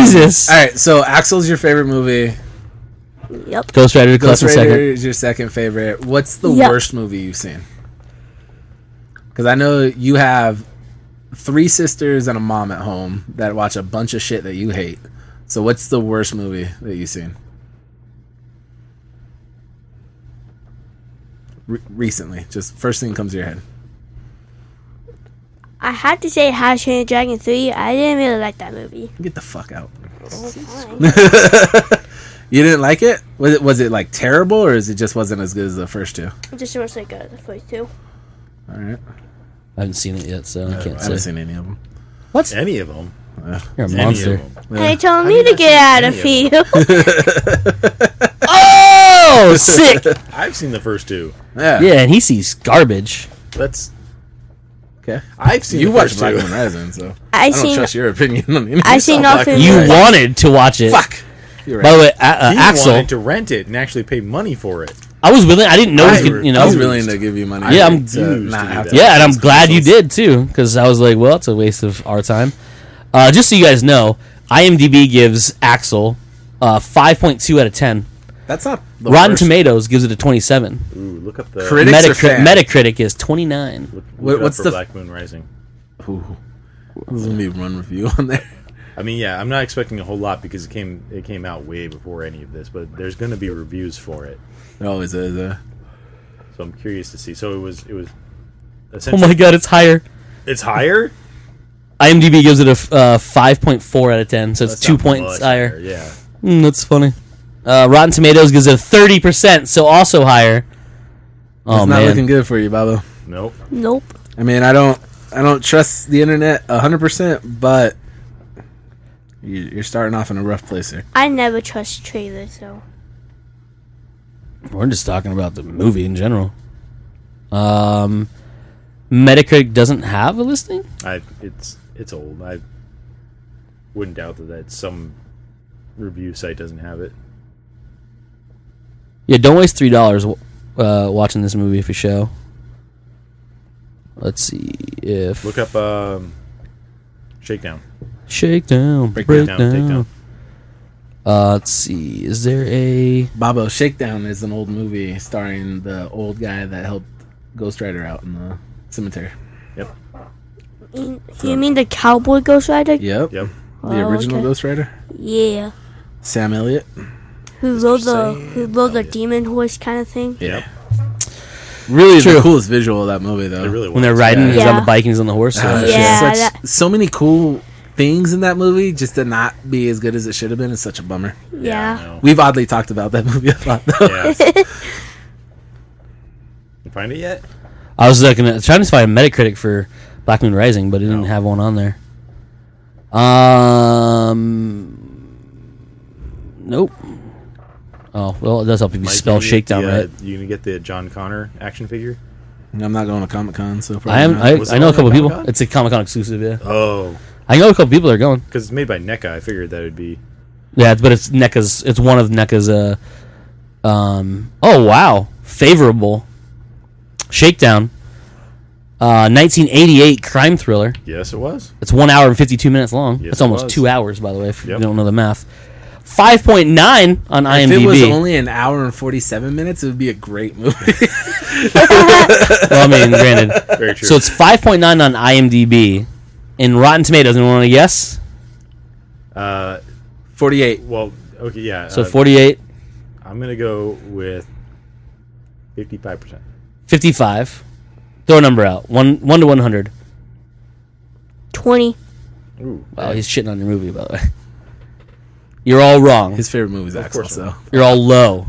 S5: Jesus.
S3: All right, so Axel's your favorite movie.
S4: yep.
S5: Ghost Rider,
S3: Ghost
S5: Ghost
S3: Rider
S5: second.
S3: is your second favorite. What's the
S4: Yeah.
S3: worst movie you've seen? Because I know you have three sisters and a mom at home that watch a bunch of shit that you hate. So what's the worst movie that you've seen Re- recently? Just first thing that comes to your head.
S4: I had to say How to Train Your Dragon 3. I didn't really like that movie.
S3: Get the fuck out. you didn't like it? Was it was it like terrible, or is it just wasn't as good as the first two?
S4: It just was like uh, the first two.
S3: All right,
S5: I haven't seen it yet, so I can't
S3: I haven't
S5: say.
S3: seen any of them.
S6: Any of them.
S5: You're a
S6: Any
S5: monster.
S6: of them.
S4: And they told me to get out of
S6: any
S4: here.
S5: Oh, sick.
S6: I've seen the first two.
S5: yeah, and he sees garbage.
S6: That's
S3: Okay.
S6: I've seen.
S3: you
S6: the
S3: watched
S6: first
S3: Black
S6: two.
S3: Moon Rising, so
S4: I
S3: I don't
S4: seen
S3: trust your opinion. on the
S4: I seen
S3: Black
S4: nothing.
S3: Moon
S5: You
S4: Right.
S3: Rising.
S5: wanted to watch it.
S3: Fuck. You're right.
S5: By the way, A- uh,
S6: He
S5: Axel,
S6: wanted to rent it and actually pay money for it.
S5: I was willing. I didn't know you
S6: I
S5: could, you
S6: refused.
S5: know.
S3: I was willing to give you money.
S5: Yeah, I'm-
S3: to
S6: Used
S3: not
S6: to
S3: have
S6: do
S3: to.
S6: that.
S5: Yeah, and I'm glad you did too, because I was like, well, it's a waste of our time. Uh, just so you guys know, IMDb gives Axel uh, 5.2 out of 10.
S3: That's not the
S5: Rotten
S3: worst.
S5: Tomatoes gives it a 27.
S6: Ooh, look up the.
S3: Critics or
S5: Metacritic,
S3: fans?
S5: Metacritic is 29.
S6: Look, look
S3: What-
S6: it up
S3: what's
S6: for
S3: the-
S6: Black Moon Rising?
S3: Ooh. There's gonna be one review on there.
S6: I mean, yeah, I'm not expecting a whole lot because it came it came out way before any of this, but there's going to be reviews for it,
S3: There always is. Uh,
S6: so I'm curious to see. So it was it was.
S5: Oh
S6: Essentially,
S5: my god, it's higher.
S6: it's higher.
S5: IMDb gives it a f- uh, 5.4 out of 10, so it's
S6: That's
S5: two
S6: not
S5: points
S6: much
S5: higher.
S6: Yeah,
S5: Mm, that's funny. Uh, Rotten Tomatoes gives it a 30%, so also higher. Oh
S3: it's not
S5: man,
S3: looking good for you, Babo.
S6: nope.
S4: Nope.
S3: I mean, I don't, I don't trust the internet hundred percent, but you, you're starting off in a rough place here.
S4: I never trust trailers, so.
S5: We're just talking about the movie in general. Um, Metacritic doesn't have a listing.
S6: I it's it's old. I wouldn't doubt that, that some review site doesn't have it.
S5: Yeah, don't waste three dollars uh, watching this movie if you show. Let's see if
S6: Look up um, Shakedown.
S5: Shake down, break,
S6: Breakdown,
S5: down.
S6: takedown.
S5: Uh, let's see. Is there a
S3: Bobo Shakedown is an old movie starring the old guy that helped Ghost Rider out in the cemetery.
S6: Yep.
S4: You, you mean the cowboy Ghost Rider?
S3: Yep.
S6: Yep.
S3: The
S4: Oh,
S3: original
S4: okay.
S3: Ghost Rider,
S4: Yeah.
S3: Sam Elliott.
S4: Who rode the who rode the demon horse kind of thing?
S6: Yep.
S3: Really,
S5: True.
S3: the coolest visual of that movie though.
S6: It really was.
S5: when they're riding? He's on
S4: Yeah.
S5: the bike and he's on the horse.
S3: Uh,
S5: so-
S3: it's just
S4: Yeah,
S3: such-
S4: that-
S3: so many cool things in that movie just to not be as good as it should have been is such a bummer.
S4: Yeah.
S6: No.
S3: We've oddly talked about that movie a lot though.
S6: Yeah. You Find it yet?
S5: I was looking at trying to find a Metacritic for Black Moon Rising, but it didn't have one on there. Um, nope. Oh well, it does help if you
S6: Mike,
S5: spell
S6: you gonna get
S5: shakedown
S6: the, uh,
S5: right.
S6: You gonna get the John Connor action figure?
S3: And I'm not going to Comic Con, so probably
S5: I am.
S3: not.
S5: I,
S6: was it
S5: I know a
S6: on
S5: couple
S6: Comic
S5: people.
S6: Con?
S5: It's a Comic Con exclusive. Yeah,
S6: Oh,
S5: I know a couple people that are going.
S6: because it's made by NECA. I figured that would be.
S5: Yeah, but it's NECA's. It's one of NECA's. Uh, um. Oh wow, favorable. Shakedown. Uh, 1988 crime thriller.
S6: Yes, it was.
S5: It's one hour and fifty two minutes long.
S6: Yes,
S5: That's
S6: it
S5: almost
S6: was.
S5: two hours, by the way. If
S6: Yep.
S5: you don't know the math, five point nine on
S3: if it was
S5: IMDb.
S3: only an hour and 47 minutes, it would be a great movie.
S5: well, I mean, granted.
S6: Very true.
S5: So it's five point nine on IMDb. In Rotten Tomatoes, anyone want to guess?
S3: 48.
S6: Uh, well, okay, yeah.
S5: So
S6: uh,
S5: 48,
S6: I'm gonna go with fifty-five percent.
S5: 55. Throw a number out. One one to one hundred.
S4: Twenty.
S6: Ooh,
S5: Wow, he's shitting on your movie, by the way. You're all wrong.
S3: His favorite movie is Axel,
S6: course.
S3: so.
S5: You're all low.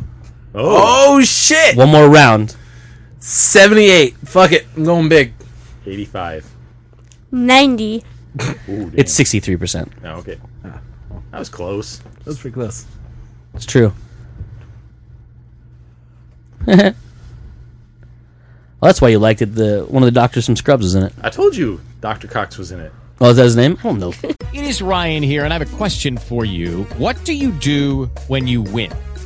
S6: oh,
S3: Oh, shit!
S5: One more round.
S3: 78. Fuck it. I'm going big.
S6: 85.
S4: Ninety.
S6: Ooh, damn.
S5: It's sixty three percent.
S6: Oh, okay. That was close.
S3: That was pretty close.
S5: It's true. well, that's why you liked it. The one of the doctors from Scrubs is in it.
S6: I told you, Doctor Cox was in it.
S5: Oh, is that his name? I don't know.
S1: It is Ryan here, and I have a question for you. What do you do when you win?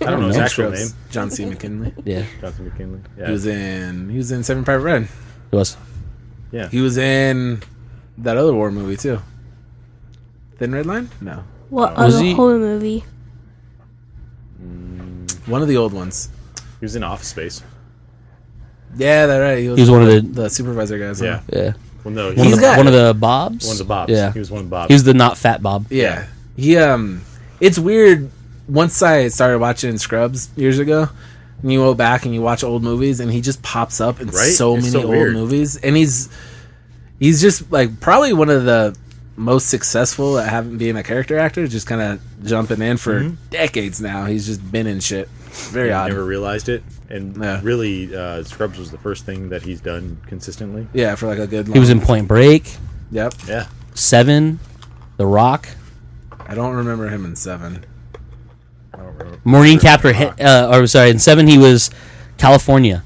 S6: I don't know his
S3: And
S6: actual name.
S3: Scrubs. John C. McKinley.
S5: Yeah,
S6: Jonathan McKinley.
S3: He
S6: Yeah.
S3: was in. He was in Seven Private Ryan.
S5: it was.
S6: yeah.
S3: He was in that other war movie too. Thin Red Line? No,
S4: What
S5: Was
S4: other
S5: he-
S4: horror movie?
S3: one of the old ones.
S6: He was in Office Space.
S3: Yeah, that right.
S5: He was one of the.
S3: the supervisor guys. huh?
S6: Yeah.
S5: Yeah,
S6: Well, no,
S5: one
S6: he was
S5: of
S3: He's
S5: the,
S3: got-
S5: one of the Bobs.
S6: one of the Bobs.
S5: Yeah,
S6: He was one of the Bobs.
S5: He was the not fat Bob.
S3: yeah. He um, it's weird. Once I started watching Scrubs years ago, and you go back and you watch old movies, and he just pops up in
S6: Right?
S3: so
S6: It's
S3: many
S6: so
S3: old
S6: weird.
S3: movies, and he's he's just like probably one of the most successful at having being a character actor, just kind of jumping in for decades now. He's just been in shit. Very
S6: I
S3: odd.
S6: Mm-hmm. never realized it. And
S3: Yeah.
S6: really, uh, Scrubs was the first thing that he's done consistently.
S3: Yeah, for like a good. Long,
S5: He was in Point Break,
S3: Yep.
S6: Yeah.
S5: Seven, The Rock,
S3: I don't remember him in seven.
S5: Maureen Captor. Uh, or sorry, in Seven he was California.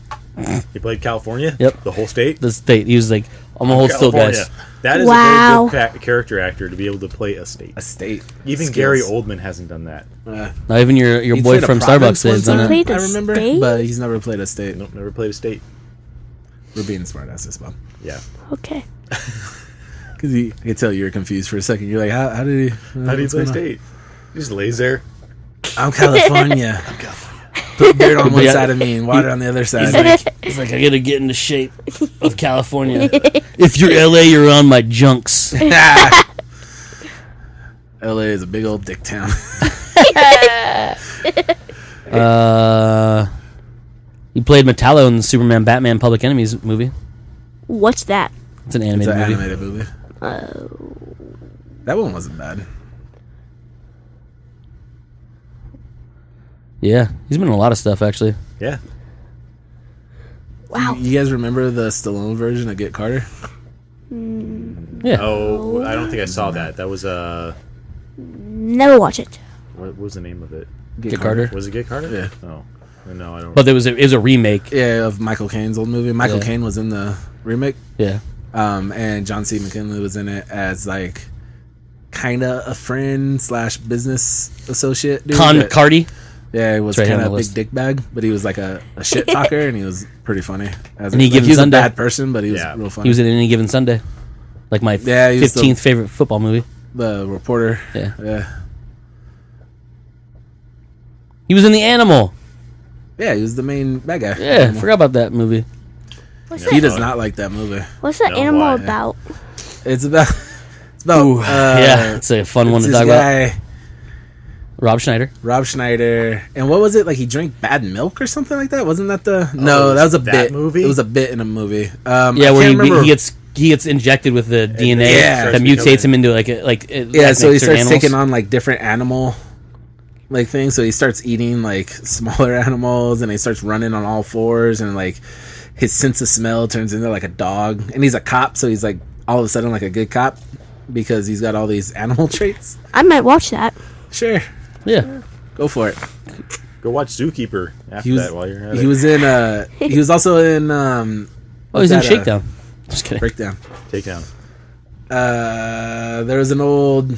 S6: He played California.
S5: Yep.
S6: The whole state.
S5: The state. He was like, I'm a whole still
S6: California.
S5: guys.
S6: That is
S4: Wow.
S6: a very good pa- character actor to be able to play a state.
S3: A state.
S6: Even
S3: skills. Uh,
S6: Gary Oldman hasn't done that.
S5: Not even your your
S3: He
S5: boy
S3: played a
S5: from
S3: province
S5: Starbucks has
S3: once,
S5: done
S4: time.
S5: it.
S4: Played a
S3: I remember,
S4: state?
S3: but he's never played a state.
S6: Nope, never played a state.
S3: We're being smart asses, Bob.
S6: Yeah.
S4: Okay.
S3: Because I could tell you were confused for a second. You're like, how, how did he?
S6: How do you
S3: what's
S6: play
S3: going on?
S6: state? He just lays there.
S3: I'm California. I'm California. Put beard on one
S5: Yeah.
S3: side of me and water on the other side.
S5: It's like I gotta get into shape of California. if you're LA, you're on my junks.
S3: LA is a big old dick town.
S5: Uh, he played Metallo in the Superman Batman Public Enemies movie.
S4: What's that?
S5: It's an animated
S3: it's an
S5: movie.
S3: animated movie.
S4: Oh.
S3: That one wasn't bad.
S5: Yeah, he's been in a lot of stuff actually.
S6: Yeah.
S4: Wow.
S3: You guys remember the Stallone version of Get Carter?
S5: Yeah.
S6: Oh, I don't think I saw that. That was uh,
S4: Never watch it.
S6: what was the name of it?
S5: Get Carter.
S6: Was it Get Carter?
S3: Yeah.
S6: Oh, no, I don't.
S5: But there was a, it was a remake.
S3: Yeah, of Michael Caine's old movie. Michael
S5: Yeah.
S3: Caine was in the remake,
S5: Yeah.
S3: um, and John C. McKinley was in it as like kind of a friend slash business associate. Dude
S5: Con
S3: that-
S5: Cardi.
S3: Yeah, he was
S5: It's right here on
S3: kind of a
S5: the
S3: big
S5: list.
S3: dick bag, but he was like a, a shit talker, and he was pretty funny. As
S5: And he
S3: like,
S5: gives
S3: he was a
S5: Sunday-
S3: bad person, but he was
S6: Yeah.
S3: real funny.
S5: He was in Any Given Sunday, like my
S3: Yeah, he was the-
S5: fifteenth favorite football movie.
S3: the reporter.
S5: Yeah.
S3: yeah,
S5: He was in The Animal.
S3: yeah. He was the main bad guy.
S5: Yeah, forgot about that movie.
S4: What's
S3: He
S4: that?
S3: does not like that movie.
S4: What's that
S6: No,
S4: animal
S6: why?
S4: about?
S3: It's about it's about uh,
S5: yeah, it's a fun
S3: it's
S5: one to
S3: this
S5: talk about.
S3: guy,
S5: Rob Schneider.
S3: Rob Schneider, and what was it like? He drank bad milk or something like that. Wasn't that the? no,
S6: it
S3: that
S6: was
S3: was a
S6: Oh, that
S3: bit
S6: movie?
S3: It was a bit in a movie. Um,
S5: Yeah,
S3: I
S5: where
S3: can't
S5: he, be-
S3: remember-
S5: he gets he gets injected with the DNA
S3: yeah.
S5: that
S6: starts
S5: mutates
S6: becoming-
S5: him into like a, like it,
S3: yeah.
S5: like
S3: So he
S5: certain
S3: starts
S5: animals.
S3: taking on like different animal like things. So he starts eating like smaller animals, and he starts running on all fours, and like his sense of smell turns into like a dog, and he's a cop, so he's like all of a sudden like a good cop because he's got all these animal traits.
S4: I might watch that.
S3: Sure,
S5: Yeah,
S3: go for it.
S6: Go watch Zookeeper after
S3: He was,
S6: that while you're at
S3: he
S6: it.
S3: was in uh he was also in um
S5: oh, he's in
S3: What's that, uh,
S5: Shakedown. Just kidding.
S3: breakdown.
S6: Take down.
S3: Uh there was an old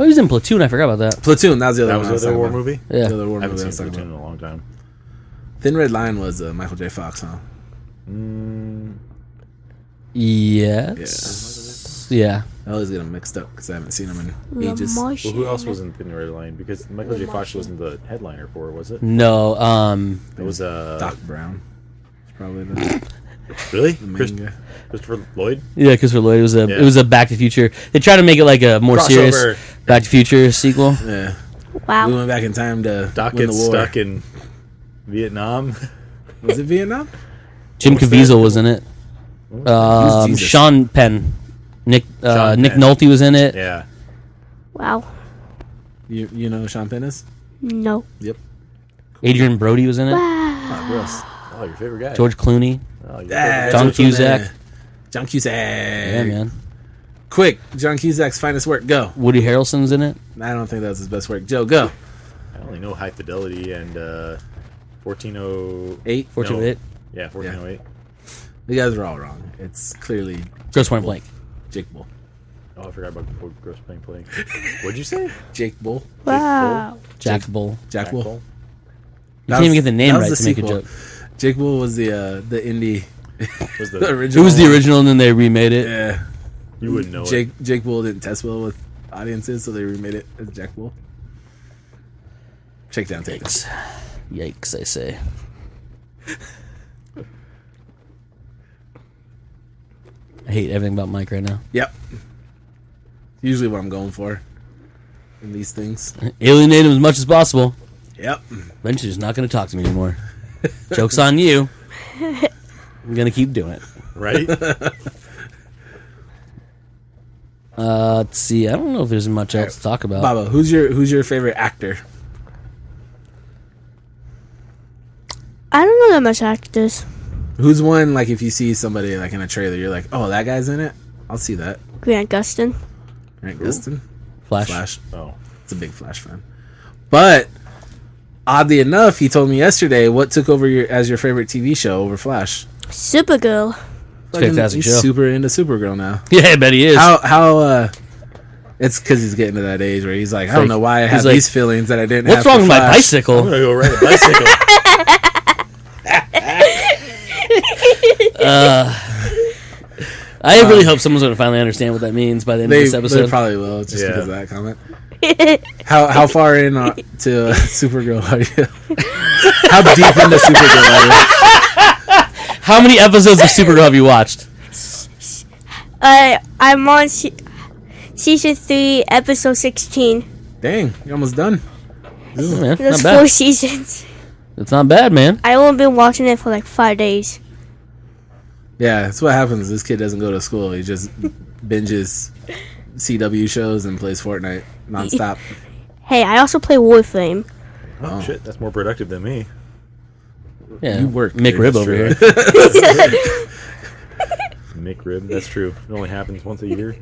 S5: Oh, he was in Platoon. I forgot about that.
S3: Platoon, that was the other
S6: That
S3: one.
S6: was
S3: I was
S6: another
S3: talking
S6: war
S3: about.
S6: movie.
S3: The
S5: Yeah,
S3: other war
S6: I
S3: movie I
S6: haven't seen
S3: was talking
S6: Platoon in
S3: about.
S6: a long time.
S3: Thin Red Line was uh, Michael J. Fox, huh?
S5: yes, yeah.
S3: I always get them mixed up because I haven't seen them in
S4: The
S3: ages.
S6: Well,
S4: Martian.
S6: who else was in Thin Red Line? Because Michael J. Fox wasn't the headliner for, it, was it?
S5: No, um,
S6: That was
S3: Mm.
S6: uh,
S3: Doc Brown. It's probably the,
S6: really
S3: the
S6: Chris-
S3: main guy.
S6: Christopher Lloyd.
S5: yeah, Christopher Lloyd it was a
S6: Yeah.
S5: it was a Back to the Future. They tried to make it like a more
S6: Crossover.
S5: serious Back to the Future sequel.
S3: Yeah. We
S4: Wow.
S3: went back in time to
S6: Doc
S3: win the
S6: gets
S3: war.
S6: stuck in Vietnam.
S3: Was it Vietnam?
S5: Jim Caviezel was in it. Um,
S3: Jesus?
S5: Sean Penn, Nick uh,
S6: Sean
S5: Nick
S6: Penn.
S5: Nolte was in it.
S6: yeah,
S4: Wow.
S3: You, you know who Sean Penn is?
S4: No.
S3: Yep.
S5: Adrian Brody was in it.
S3: Oh, gross.
S6: oh, your favorite guy,
S5: George Clooney.
S6: Oh,
S3: Ah,
S6: your
S5: John
S6: favorite
S3: that's what's in
S5: Cusack.
S3: there. John Cusack.
S5: Yeah, man.
S3: Quick, John Cusack's finest work. Go.
S5: Woody Harrelson's in it.
S3: I don't think that was his best work. Joe, go.
S6: guy. I only know High Fidelity and uh, fourteen oh
S3: Eight.
S5: Fortune
S6: No.
S5: of It.
S6: yeah fourteen oh eight.
S3: You guys are all wrong. It's clearly
S5: Gross Point Blank.
S3: Jake Bull.
S6: Oh, I forgot about Gro- Gross Plane Playing. What'd you say?
S3: Jake Bull.
S4: Wow.
S5: Jack Bull.
S3: Jack Bull.
S6: Bull?
S5: You
S3: That
S5: can't even
S3: was-
S5: get the name
S3: that was
S5: right
S3: the
S5: to make a
S3: sequel.
S5: joke.
S3: Jake Bull was the uh, the indie
S6: Was the,
S3: the
S5: It
S3: original.
S5: was the original, and then they remade it.
S3: Yeah.
S6: you wouldn't know
S3: Jake Jake Bull didn't test well with audiences, so they remade it as Jack Bull. Check down take.
S5: Yikes! Yikes! I say. I hate everything about Mike right now.
S3: Yep. Usually what I'm going for in these things.
S5: Alienate him as much as possible.
S3: Yep.
S5: Eventually, he's not going to talk to me anymore. Joke's on you. I'm going to keep doing it.
S6: it, right?
S5: Uh, let's see. I don't know if there's much else to talk about.
S3: Baba, who's your who's your favorite actor?
S4: I don't know that much actors.
S3: Who's one like if you see somebody like in a trailer, you're like, oh, that guy's in it. I'll see that.
S4: Grant Gustin.
S3: Grant Gustin,
S5: Flash.
S3: Flash.
S6: oh,
S3: It's a big Flash fan. But oddly enough, he told me yesterday what took over your as your favorite TV show over Flash.
S4: Supergirl.
S5: a
S3: Fucking
S5: fantastic show.
S3: Super into Supergirl now.
S5: Yeah, I bet he is.
S3: How how uh. It's because he's getting to that age where he's like, I don't
S5: Like,
S3: know why I
S5: he's
S3: have
S5: like,
S3: these feelings that I didn't.
S5: What's
S3: have
S5: wrong
S3: for
S5: with my
S3: Flash."
S6: I'm
S5: bicycle?
S6: gonna go ride a bicycle.
S5: I really hope someone's going to finally understand what that means by the end
S3: They,
S5: of this
S3: they
S5: episode.
S3: probably will just
S6: Yeah.
S3: because of that comment. How how far in uh, to uh, Supergirl are you? how deep into Supergirl are you?
S5: How many episodes of Supergirl have you watched?
S4: Uh, I'm on se- season three, episode sixteen.
S3: Dang, you're almost done.
S5: Yeah, man,
S4: There's
S5: not bad.
S4: four seasons.
S5: It's not bad, man.
S4: I only been watching it for like five days.
S3: Yeah, that's what happens. This kid doesn't go to school. He just binges CW shows and plays Fortnite nonstop.
S4: Hey, I also play Warframe.
S6: Oh, shit, that's more productive than me.
S5: Yeah,
S3: You work,
S5: Mick
S3: dude,
S5: Rib
S3: that's
S5: over
S3: true.
S5: here.
S6: Mick rib, that's true. It only happens once a year.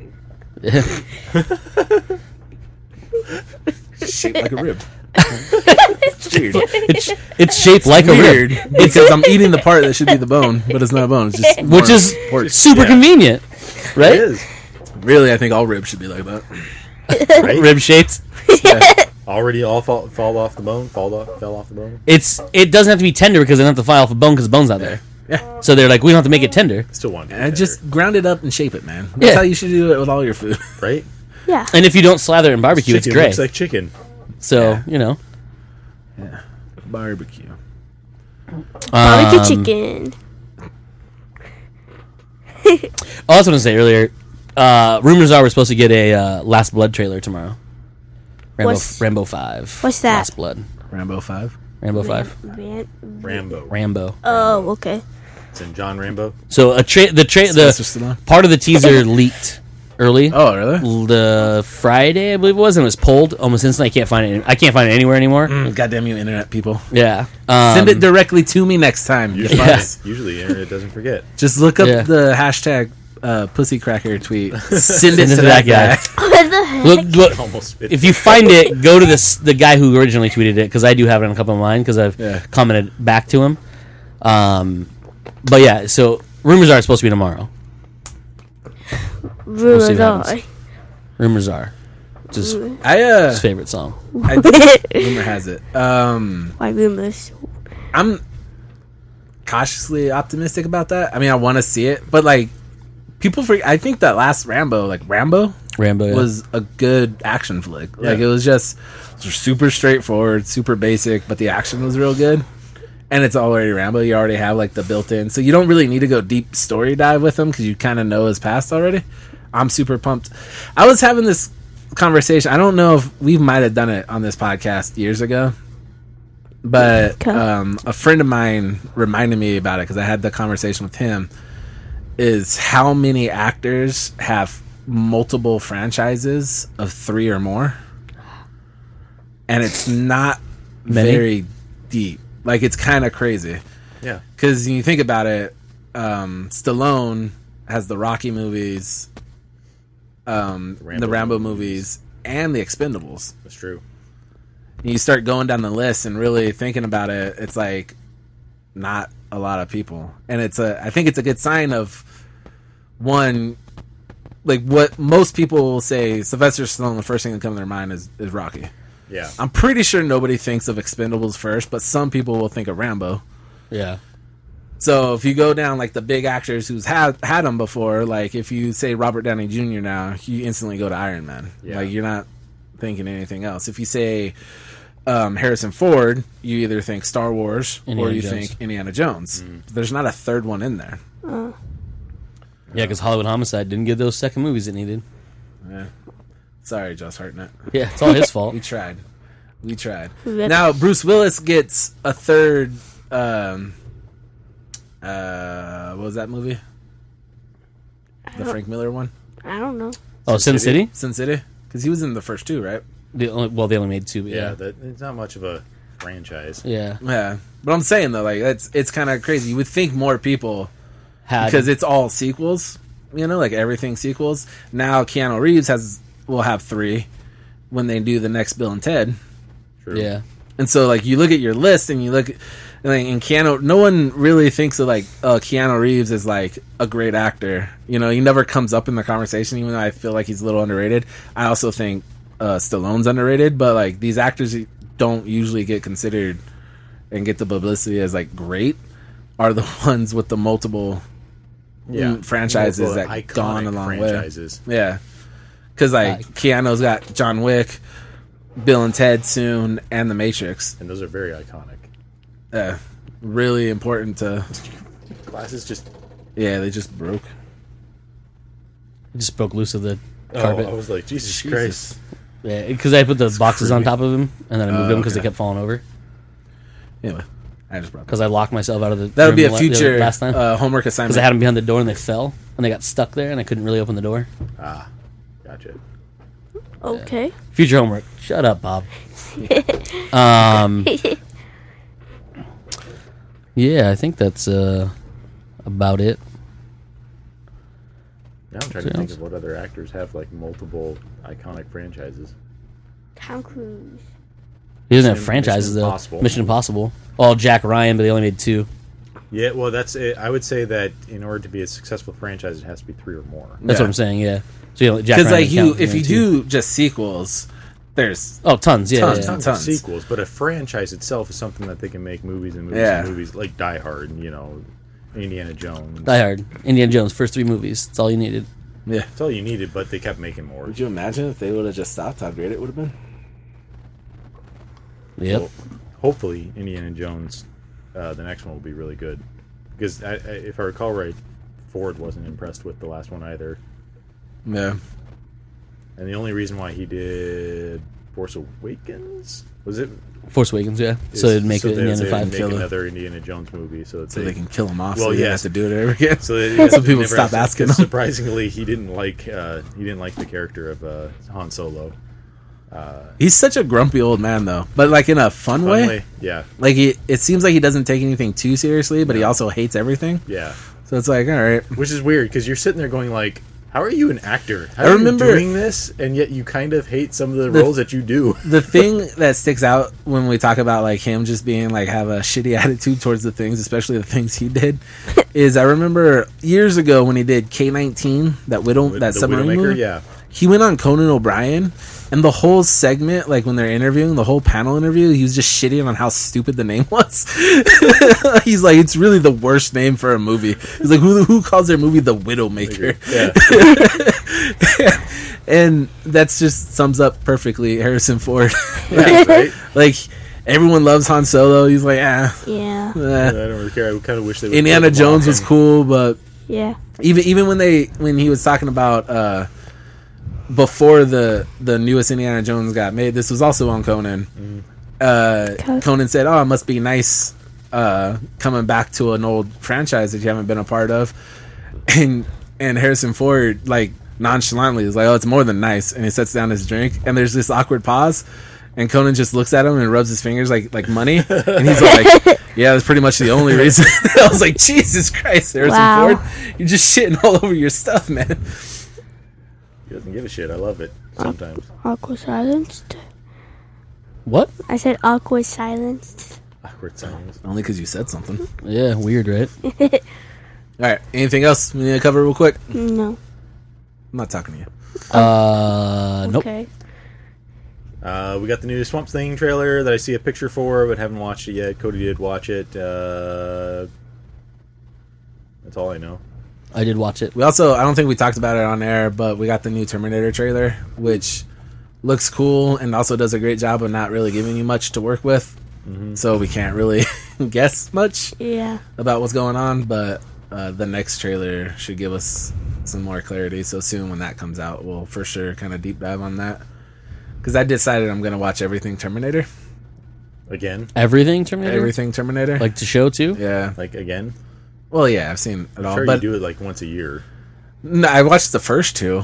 S3: Shaped like a rib.
S5: It's it's shaped like a
S3: Weird,
S5: rib,
S3: because I'm eating the part that should be the bone, but it's not a bone. It's just
S5: which
S3: more
S5: is
S3: pork.
S5: super
S6: yeah.
S5: convenient,
S6: It
S5: right?
S6: is.
S3: really, I think all ribs should be like that.
S6: Right?
S5: Rib shaped.
S6: Already all fall, fall off the bone, fall off, fell off the bone.
S5: It's it doesn't have to be tender because they don't have to file off a bone because the bone's not there.
S3: Yeah.
S5: So they're like, we don't have to make it tender.
S6: Still want to be
S3: And
S6: better,
S3: just ground it up and shape it, man. That's
S5: Yeah.
S3: how you should do it with all your food.
S6: right.
S4: Yeah.
S5: And if you don't slather it in barbecue, it's
S6: Chicken
S5: gray.
S6: Looks like chicken.
S5: so
S3: Yeah.
S5: you know,
S3: Barbecue.
S4: Barbecue chicken.
S5: Oh, that's what I was going to say earlier. Uh, rumors are we're supposed to get a uh, Last Blood trailer tomorrow. Rambo,
S4: What's-
S5: Rambo Five.
S4: what's that?
S5: Last Blood.
S3: Rambo Five.
S5: Rambo Five.
S4: Ran-
S6: Rambo.
S5: Rambo.
S4: Oh, okay.
S6: It's in John Rambo.
S5: So a tra- the tra-
S3: Sylvester
S5: the
S3: Stallone.
S5: part of the teaser leaked early.
S3: Oh, really?
S5: The Friday, I believe it was, and it was pulled almost instantly. I can't find it. I can't find it anywhere anymore.
S3: Mm, Goddamn you, internet people!
S5: Yeah. Um,
S3: Send it directly to me next time. you
S6: Usually,
S3: fucks.
S6: usually the internet doesn't forget.
S3: Just look up
S5: Yeah.
S3: the hashtag uh, pussycracker tweet. Send it
S5: Send
S3: to that guy.
S4: What the heck?
S5: Look, look,
S6: Almost. spit.
S5: if you find it, go to this the guy who originally tweeted it because I do have it on a couple of mine because I've
S3: Yeah.
S5: commented back to him. Um, but yeah, so rumors are it's supposed to be tomorrow. see
S4: Rumors
S5: what
S4: are.
S5: happens. Rumors are, which is his
S3: I uh,
S5: favorite song.
S3: I did, rumor has it. Um,
S4: Why rumors?
S3: I'm cautiously optimistic about that. I mean, I want to see it, but like people, for, I think that last Rambo, like Rambo,
S5: Rambo yeah.
S3: was a good action flick. Like
S6: Yeah.
S3: it was just super straightforward, super basic, but the action was real good. And it's already Rambo. You already have like the built-in, so you don't really need to go deep story dive with him because you kind of know his past already. I'm super pumped. I was having this conversation. I don't know if we might have done it on this podcast years ago, but
S4: Okay.
S3: um, a friend of mine reminded me about it because I had the conversation with him is how many actors have multiple franchises of three or more and it's not
S5: Many?
S3: very deep like it's kind of crazy
S6: yeah.
S3: because you think about it um stallone has the rocky movies um
S6: Rambo
S3: the rambo movies
S6: movies.
S3: and the expendables
S6: That's true.
S3: and you start going down the list and really thinking about it, it's like not a lot of people. And it's a I think it's a good sign of one like what most people will say Sylvester Stallone the first thing that comes to their mind is, is Rocky.
S6: Yeah.
S3: I'm pretty sure nobody thinks of Expendables first, but some people will think of Rambo.
S5: yeah.
S3: So if you go down like the big actors who's had had them before, like if you say Robert Downey Jr. now, you instantly go to Iron Man.
S6: Yeah.
S3: Like you're not thinking anything else. If you say um, Harrison Ford, you either think Star Wars
S5: Indiana
S3: or you
S5: Jones. Mm.
S3: think Indiana Jones. There's not a third one in there.
S5: Yeah, because Hollywood Homicide didn't get those second movies it needed.
S3: Sorry, Josh Hartnett.
S5: Yeah, it's all his fault.
S3: We tried. We tried.
S4: Rip.
S3: Now Bruce Willis gets a third. Um, uh, what was that movie? The Frank Miller one,
S4: I don't know.
S5: Oh, Sin City.
S3: Sin City, because he was in the first two, right?
S5: The only, well, they only made two. But
S6: Yeah.
S5: yeah.
S6: That it's not much of a franchise.
S5: Yeah.
S3: Yeah, but I'm saying though, like that's it's kind of crazy. You would think more people
S5: Had-
S3: because it's all sequels, you know, like everything sequels. Now Keanu Reeves has will have three when they do the next Bill and Ted,
S6: True.
S5: yeah.
S3: and so like you look at your list and you look, and, like, and Keanu, no one really thinks of like uh, Keanu Reeves is like a great actor. You know, he never comes up in the conversation, even though I feel like he's a little underrated. I also think uh, Stallone's underrated, but like these actors don't usually get considered and get the publicity as like great are the ones with the multiple
S6: Yeah.
S3: mm, franchises
S6: Multiple
S3: that
S6: iconic
S3: gone a long
S6: franchises.
S3: way. Yeah, because like Keanu's got John Wick, Bill and Ted soon, and The Matrix.
S6: And those are very iconic.
S3: Uh, really important to.
S6: Glasses just.
S3: Yeah, they just broke.
S5: It just broke loose of the
S6: Oh,
S5: carpet.
S3: Oh,
S6: I was like, Jesus,
S3: Jesus.
S6: Christ.
S5: because I put the boxes on top of him and then I moved
S3: Oh,
S5: them because
S3: okay.
S5: they kept falling over.
S3: Anyway, I just brought
S5: because I locked myself out of the.
S3: That would be
S5: room
S3: a
S5: la- the other-
S3: future,
S5: last time
S3: uh, homework
S5: because I
S3: assignment.
S5: had them behind the door and they fell and they got stuck there and I couldn't really open the door.
S6: Ah, gotcha.
S4: Okay.
S5: Future homework. Shut up, Bob. um. Yeah, I think that's uh about it.
S6: Now I'm trying to think of what other actors have like multiple iconic franchises.
S4: Tom Cruise.
S5: He doesn't have
S6: Mission-
S5: franchises
S6: Mission
S5: though.
S6: Impossible.
S5: Mission Impossible. Oh, Jack Ryan, but they only made two.
S6: Yeah, well, that's it. I would say that in order to be a successful franchise, it has to be three or more.
S5: That's what I'm saying. Yeah. So you know, Jack
S3: because
S5: Ryan
S3: like
S5: didn't
S3: you,
S5: count,
S3: if
S5: only
S3: you
S5: two.
S3: do just sequels, there's
S5: Oh, tons, yeah,
S3: tons,
S5: yeah, yeah.
S3: tons,
S6: Of sequels, but a franchise itself is something that they can make movies and movies
S3: Yeah.
S6: and movies like Die Hard and you know Indiana Jones.
S5: Die Hard, Indiana Jones, first three movies. That's all you needed.
S3: Yeah,
S6: that's all you needed, but they kept making more.
S3: Would you imagine if they would have just stopped how great it would have been?
S5: Yep.
S6: So, hopefully, Indiana Jones, uh, the next one will be really good, because I, I, if I recall right, Ford wasn't impressed with the last one either,
S3: Yeah,
S6: and the only reason why he did Force Awakens was it
S5: Force Awakens, yeah. So
S6: is-
S5: it'd make
S6: so
S5: it
S6: they-
S5: Indiana
S6: so they'd
S5: Five.
S6: make another Indiana Jones movie, so, that
S3: so they can kill him off.
S6: Well,
S3: so they
S6: yes.
S3: don't have to do it ever again.
S6: So, they-
S3: so
S6: they
S3: people
S6: never
S3: stop
S6: actually-
S3: asking
S6: 'cause
S3: them.
S6: Surprisingly, he didn't like uh, he didn't like the character of uh, Han Solo. Uh,
S3: He's such a grumpy old man though, but like in a fun,
S6: fun
S3: way.
S6: way, yeah,
S3: Like he, it seems like he doesn't take anything too seriously, but he also hates everything.
S6: yeah.
S3: So it's like, all right,
S6: Which is weird because you're sitting there going like, "How are you an actor? How
S3: I
S6: are you
S3: remember-
S6: doing this, and yet you kind of hate some of the,
S3: The-
S6: roles that you do."
S3: the thing that sticks out when we talk about like him just being like have a shitty attitude towards the things, especially the things he did, is I remember years ago when he did K nineteen that widow
S6: Wid-
S3: that
S6: the
S3: submarine
S6: Widowmaker,
S3: movie.
S6: yeah.
S3: he went on Conan O'Brien, and the whole segment, like when they're interviewing, the whole panel interview, he was just shitting on how stupid the name was. He's like, it's really the worst name for a movie. He's like, who who calls their movie the Widowmaker?
S6: Yeah,
S3: and that's just sums up perfectly Harrison Ford.
S6: yeah, right.
S3: like everyone loves Han Solo. He's like, ah,
S4: Yeah.
S6: I
S3: eh.
S6: don't really care. I kind of wish they. would've
S3: Indiana
S6: played them all
S3: Jones was
S6: and-
S3: cool, but
S4: Yeah.
S3: even even when they when he was talking about uh, before the the newest Indiana Jones got made, this was also on Conan. Uh, Conan said, "Oh, it must be nice uh, coming back to an old franchise that you haven't been a part of," and and Harrison Ford like nonchalantly is like, "Oh, it's more than nice," and he sets down his drink, and there's this awkward pause. And Conan just looks at him and rubs his fingers like like money, and he's like, "Yeah, that's pretty much the only reason." I was like, "Jesus Christ, Harrison
S4: Wow.
S3: Ford, you're just shitting all over your stuff, man."
S6: He doesn't give a shit. I love it sometimes.
S4: Awkward silenced.
S5: What?
S4: I said awkward silenced.
S6: Awkward silence.
S3: Only because you said something. All
S5: Yeah, weird, right? Uh,
S3: right, anything else we need to cover real quick?
S4: No.
S3: I'm not talking to you.
S5: Uh, nope.
S4: Okay.
S6: Uh, we got the new Swamp Thing trailer that I see a picture for, but haven't watched it yet. Cody did watch it. Uh, that's all I know.
S5: I did watch it.
S3: We also, I don't think we talked about it on air, but we got the new Terminator trailer, which looks cool and also does a great job of not really giving you much to work with.
S6: Mm-hmm.
S3: So we can't really guess much
S4: Yeah.
S3: about what's going on, but uh, the next trailer should give us some more clarity. So soon, when that comes out, we'll for sure kind of deep dive on that. Because I decided I'm going to watch everything Terminator.
S6: Again,
S5: Everything Terminator.
S3: Everything Terminator.
S5: Like the show too.
S3: yeah.
S6: like again.
S3: Well, yeah, I've seen it all,
S6: sure,
S3: but
S6: you do it like once a year.
S3: No, I watched the first two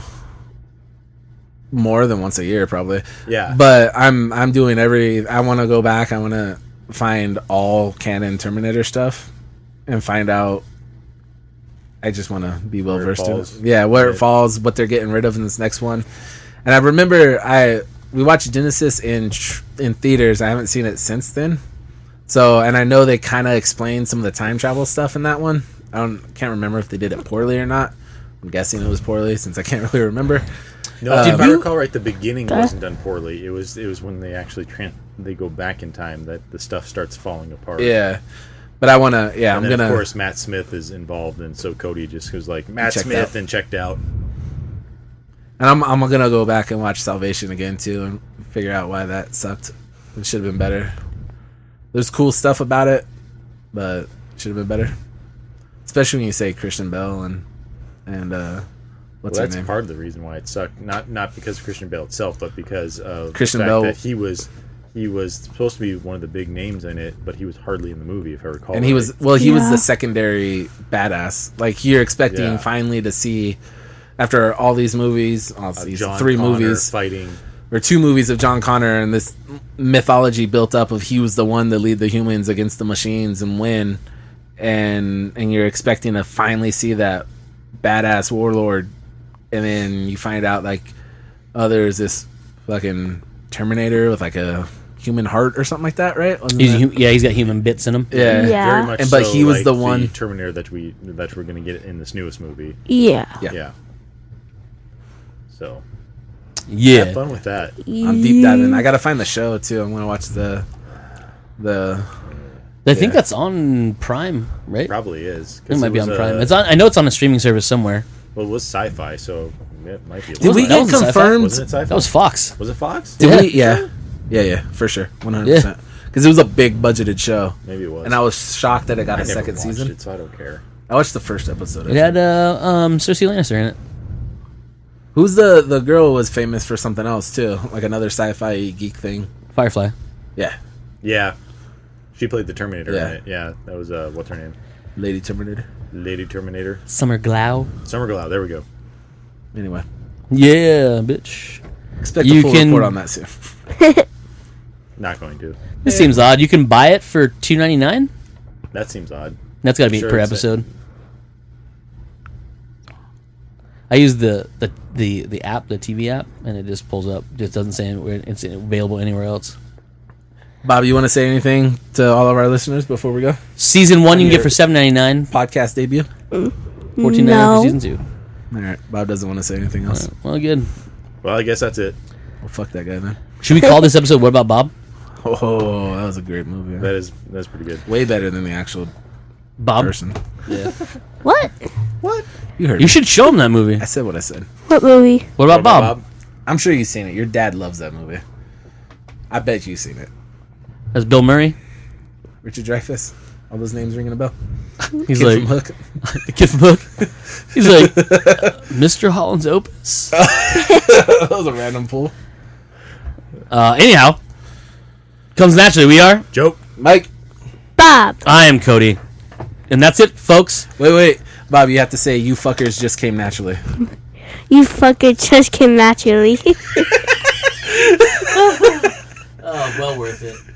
S3: more than once a year, probably.
S6: Yeah.
S3: But I'm I'm doing every. I want to go back. I want to find all canon Terminator stuff and find out. I just want to be well
S6: Where it
S3: versed in. It.
S6: falls.
S3: Yeah, where it
S6: Yeah.
S3: falls, what they're getting rid of in this next one, and I remember I we watched Genesis in tr- in theaters. I haven't seen it since then. So, and I know they kind of explained some of the time travel stuff in that one. I don't can't remember if they did it poorly or not. I'm guessing it was poorly since I can't really remember.
S6: No,
S3: Uh,
S6: if I
S3: you-
S6: recall right, the beginning wasn't done poorly. It was it was when they actually tran they go back in time that the stuff starts falling apart.
S3: Yeah, but I want to. Yeah,
S6: and
S3: I'm
S6: then,
S3: gonna.
S6: Of course, Matt Smith is involved, and so Cody just goes like Matt
S3: Checked
S6: Smith
S3: out.
S6: and checked out.
S3: And I'm I'm gonna go back and watch Salvation again too and figure out why that sucked. It should have been better. There's cool stuff about it, but should have been better. Especially when you say Christian Bell and and uh, What's
S6: well,
S3: her
S6: that's
S3: name?
S6: part of the reason why it sucked. Not not because of Christian Bale itself, but because of
S3: Christian
S6: the fact
S3: Bale-
S6: that he was he was supposed to be one of the big names in it, but he was hardly in the movie, if I recall.
S3: and he was
S6: right.
S3: well he was
S6: Yeah.
S3: the secondary badass like you're expecting
S6: Yeah.
S3: finally to see after all these movies all
S6: Uh,
S3: these
S6: John
S3: three
S6: Connor
S3: movies
S6: fighting.
S3: or two movies of john connor and this mythology built up of he was the one to lead the humans against the machines and win and and you're expecting to finally see that badass warlord and then you find out like oh there's this fucking terminator with like a human heart or something like that right Wasn't
S5: He's
S3: that-
S5: hu- yeah, he's got human bits in him.
S3: Yeah. Yeah.
S6: very much.
S3: And- but
S6: so
S3: he was
S6: like
S3: the one-
S6: Terminator that we that we're going to get in this newest movie.
S4: Yeah.
S3: Yeah.
S6: yeah. So
S5: Yeah.
S6: have fun with that.
S3: I'm deep diving. I gotta find the show too. I'm gonna watch the the.
S5: I think that's on Prime, right?
S6: Probably is.
S5: It
S6: 'cause
S5: might be
S6: was,
S5: on Prime.
S6: uh,
S5: It's on. I know it's on a streaming service somewhere.
S6: Well, it was sci-fi, so it might be. a
S3: Did
S6: little
S3: we
S6: bit.
S3: get
S6: Wasn't it sci-fi?
S3: confirmed-
S6: Wasn't it sci-fi?
S5: That was Fox.
S6: Was it Fox?
S3: Did we? Yeah, yeah, yeah, for sure, 100. percent Because it was a big budgeted show.
S6: Maybe it was.
S3: And I was shocked that it got
S6: I
S3: a
S6: never
S3: second
S6: watched
S3: season.
S6: it, so I don't care.
S3: I watched the first episode.
S5: It had uh, um, Cersei Lannister in it.
S3: Who's the the girl who was famous for something else too, like another sci-fi geek thing.
S5: Firefly.
S3: Yeah,
S6: Yeah, she played the Terminator
S3: Yeah.
S6: in it. Yeah, that was uh, what's her name?
S3: Lady Terminator.
S6: Lady Terminator.
S5: Summer Glau.
S6: Summer Glau. There we go.
S3: Anyway,
S5: Yeah, bitch.
S3: expect
S5: You
S3: a full
S5: can-
S3: report on that soon.
S6: Not going to.
S5: This seems odd. You can buy it for two ninety nine.
S6: That seems odd.
S5: That's got to be
S6: Sure,
S5: per
S6: it's a-
S5: episode. I use the, the the the app, the TV app, and it just pulls up. Just doesn't say anywhere, it's available anywhere else.
S3: Bob, you want to say anything to all of our listeners before we go?
S5: Season one you can get for seven ninety nine.
S3: Podcast debut.
S5: Fourteen ninety nine for season two.
S3: All right, Bob doesn't want to say anything else.
S5: Well, good.
S6: Well, I guess that's it.
S3: Well, fuck that guy then.
S5: Should we call this episode "What About Bob"?
S3: Oh, that was a great movie.
S6: That is that's pretty good.
S3: Way better than the actual
S5: Bob,
S3: person.
S4: What?
S3: You heard
S5: you
S3: me.
S5: should show him that movie.
S3: I said what I said.
S4: What movie?
S5: What about Bob?
S3: I'm sure you've seen it. Your dad loves that movie. I bet you've seen it.
S5: That's Bill Murray.
S3: Richard Dreyfuss. All those names ringing a bell.
S5: He's
S3: Kid
S5: like
S3: from Hook.
S5: the kid from Hook. He's like Mr. Holland's Opus.
S3: that was a random pull.
S5: Uh, anyhow, comes naturally. We are.
S6: Joke.
S3: Mike,
S4: Bob.
S5: I am Cody, and that's it, folks.
S3: wait, wait, Bob. You have to say you fuckers just came naturally.
S4: You fucking just came naturally.
S5: Oh, well worth it.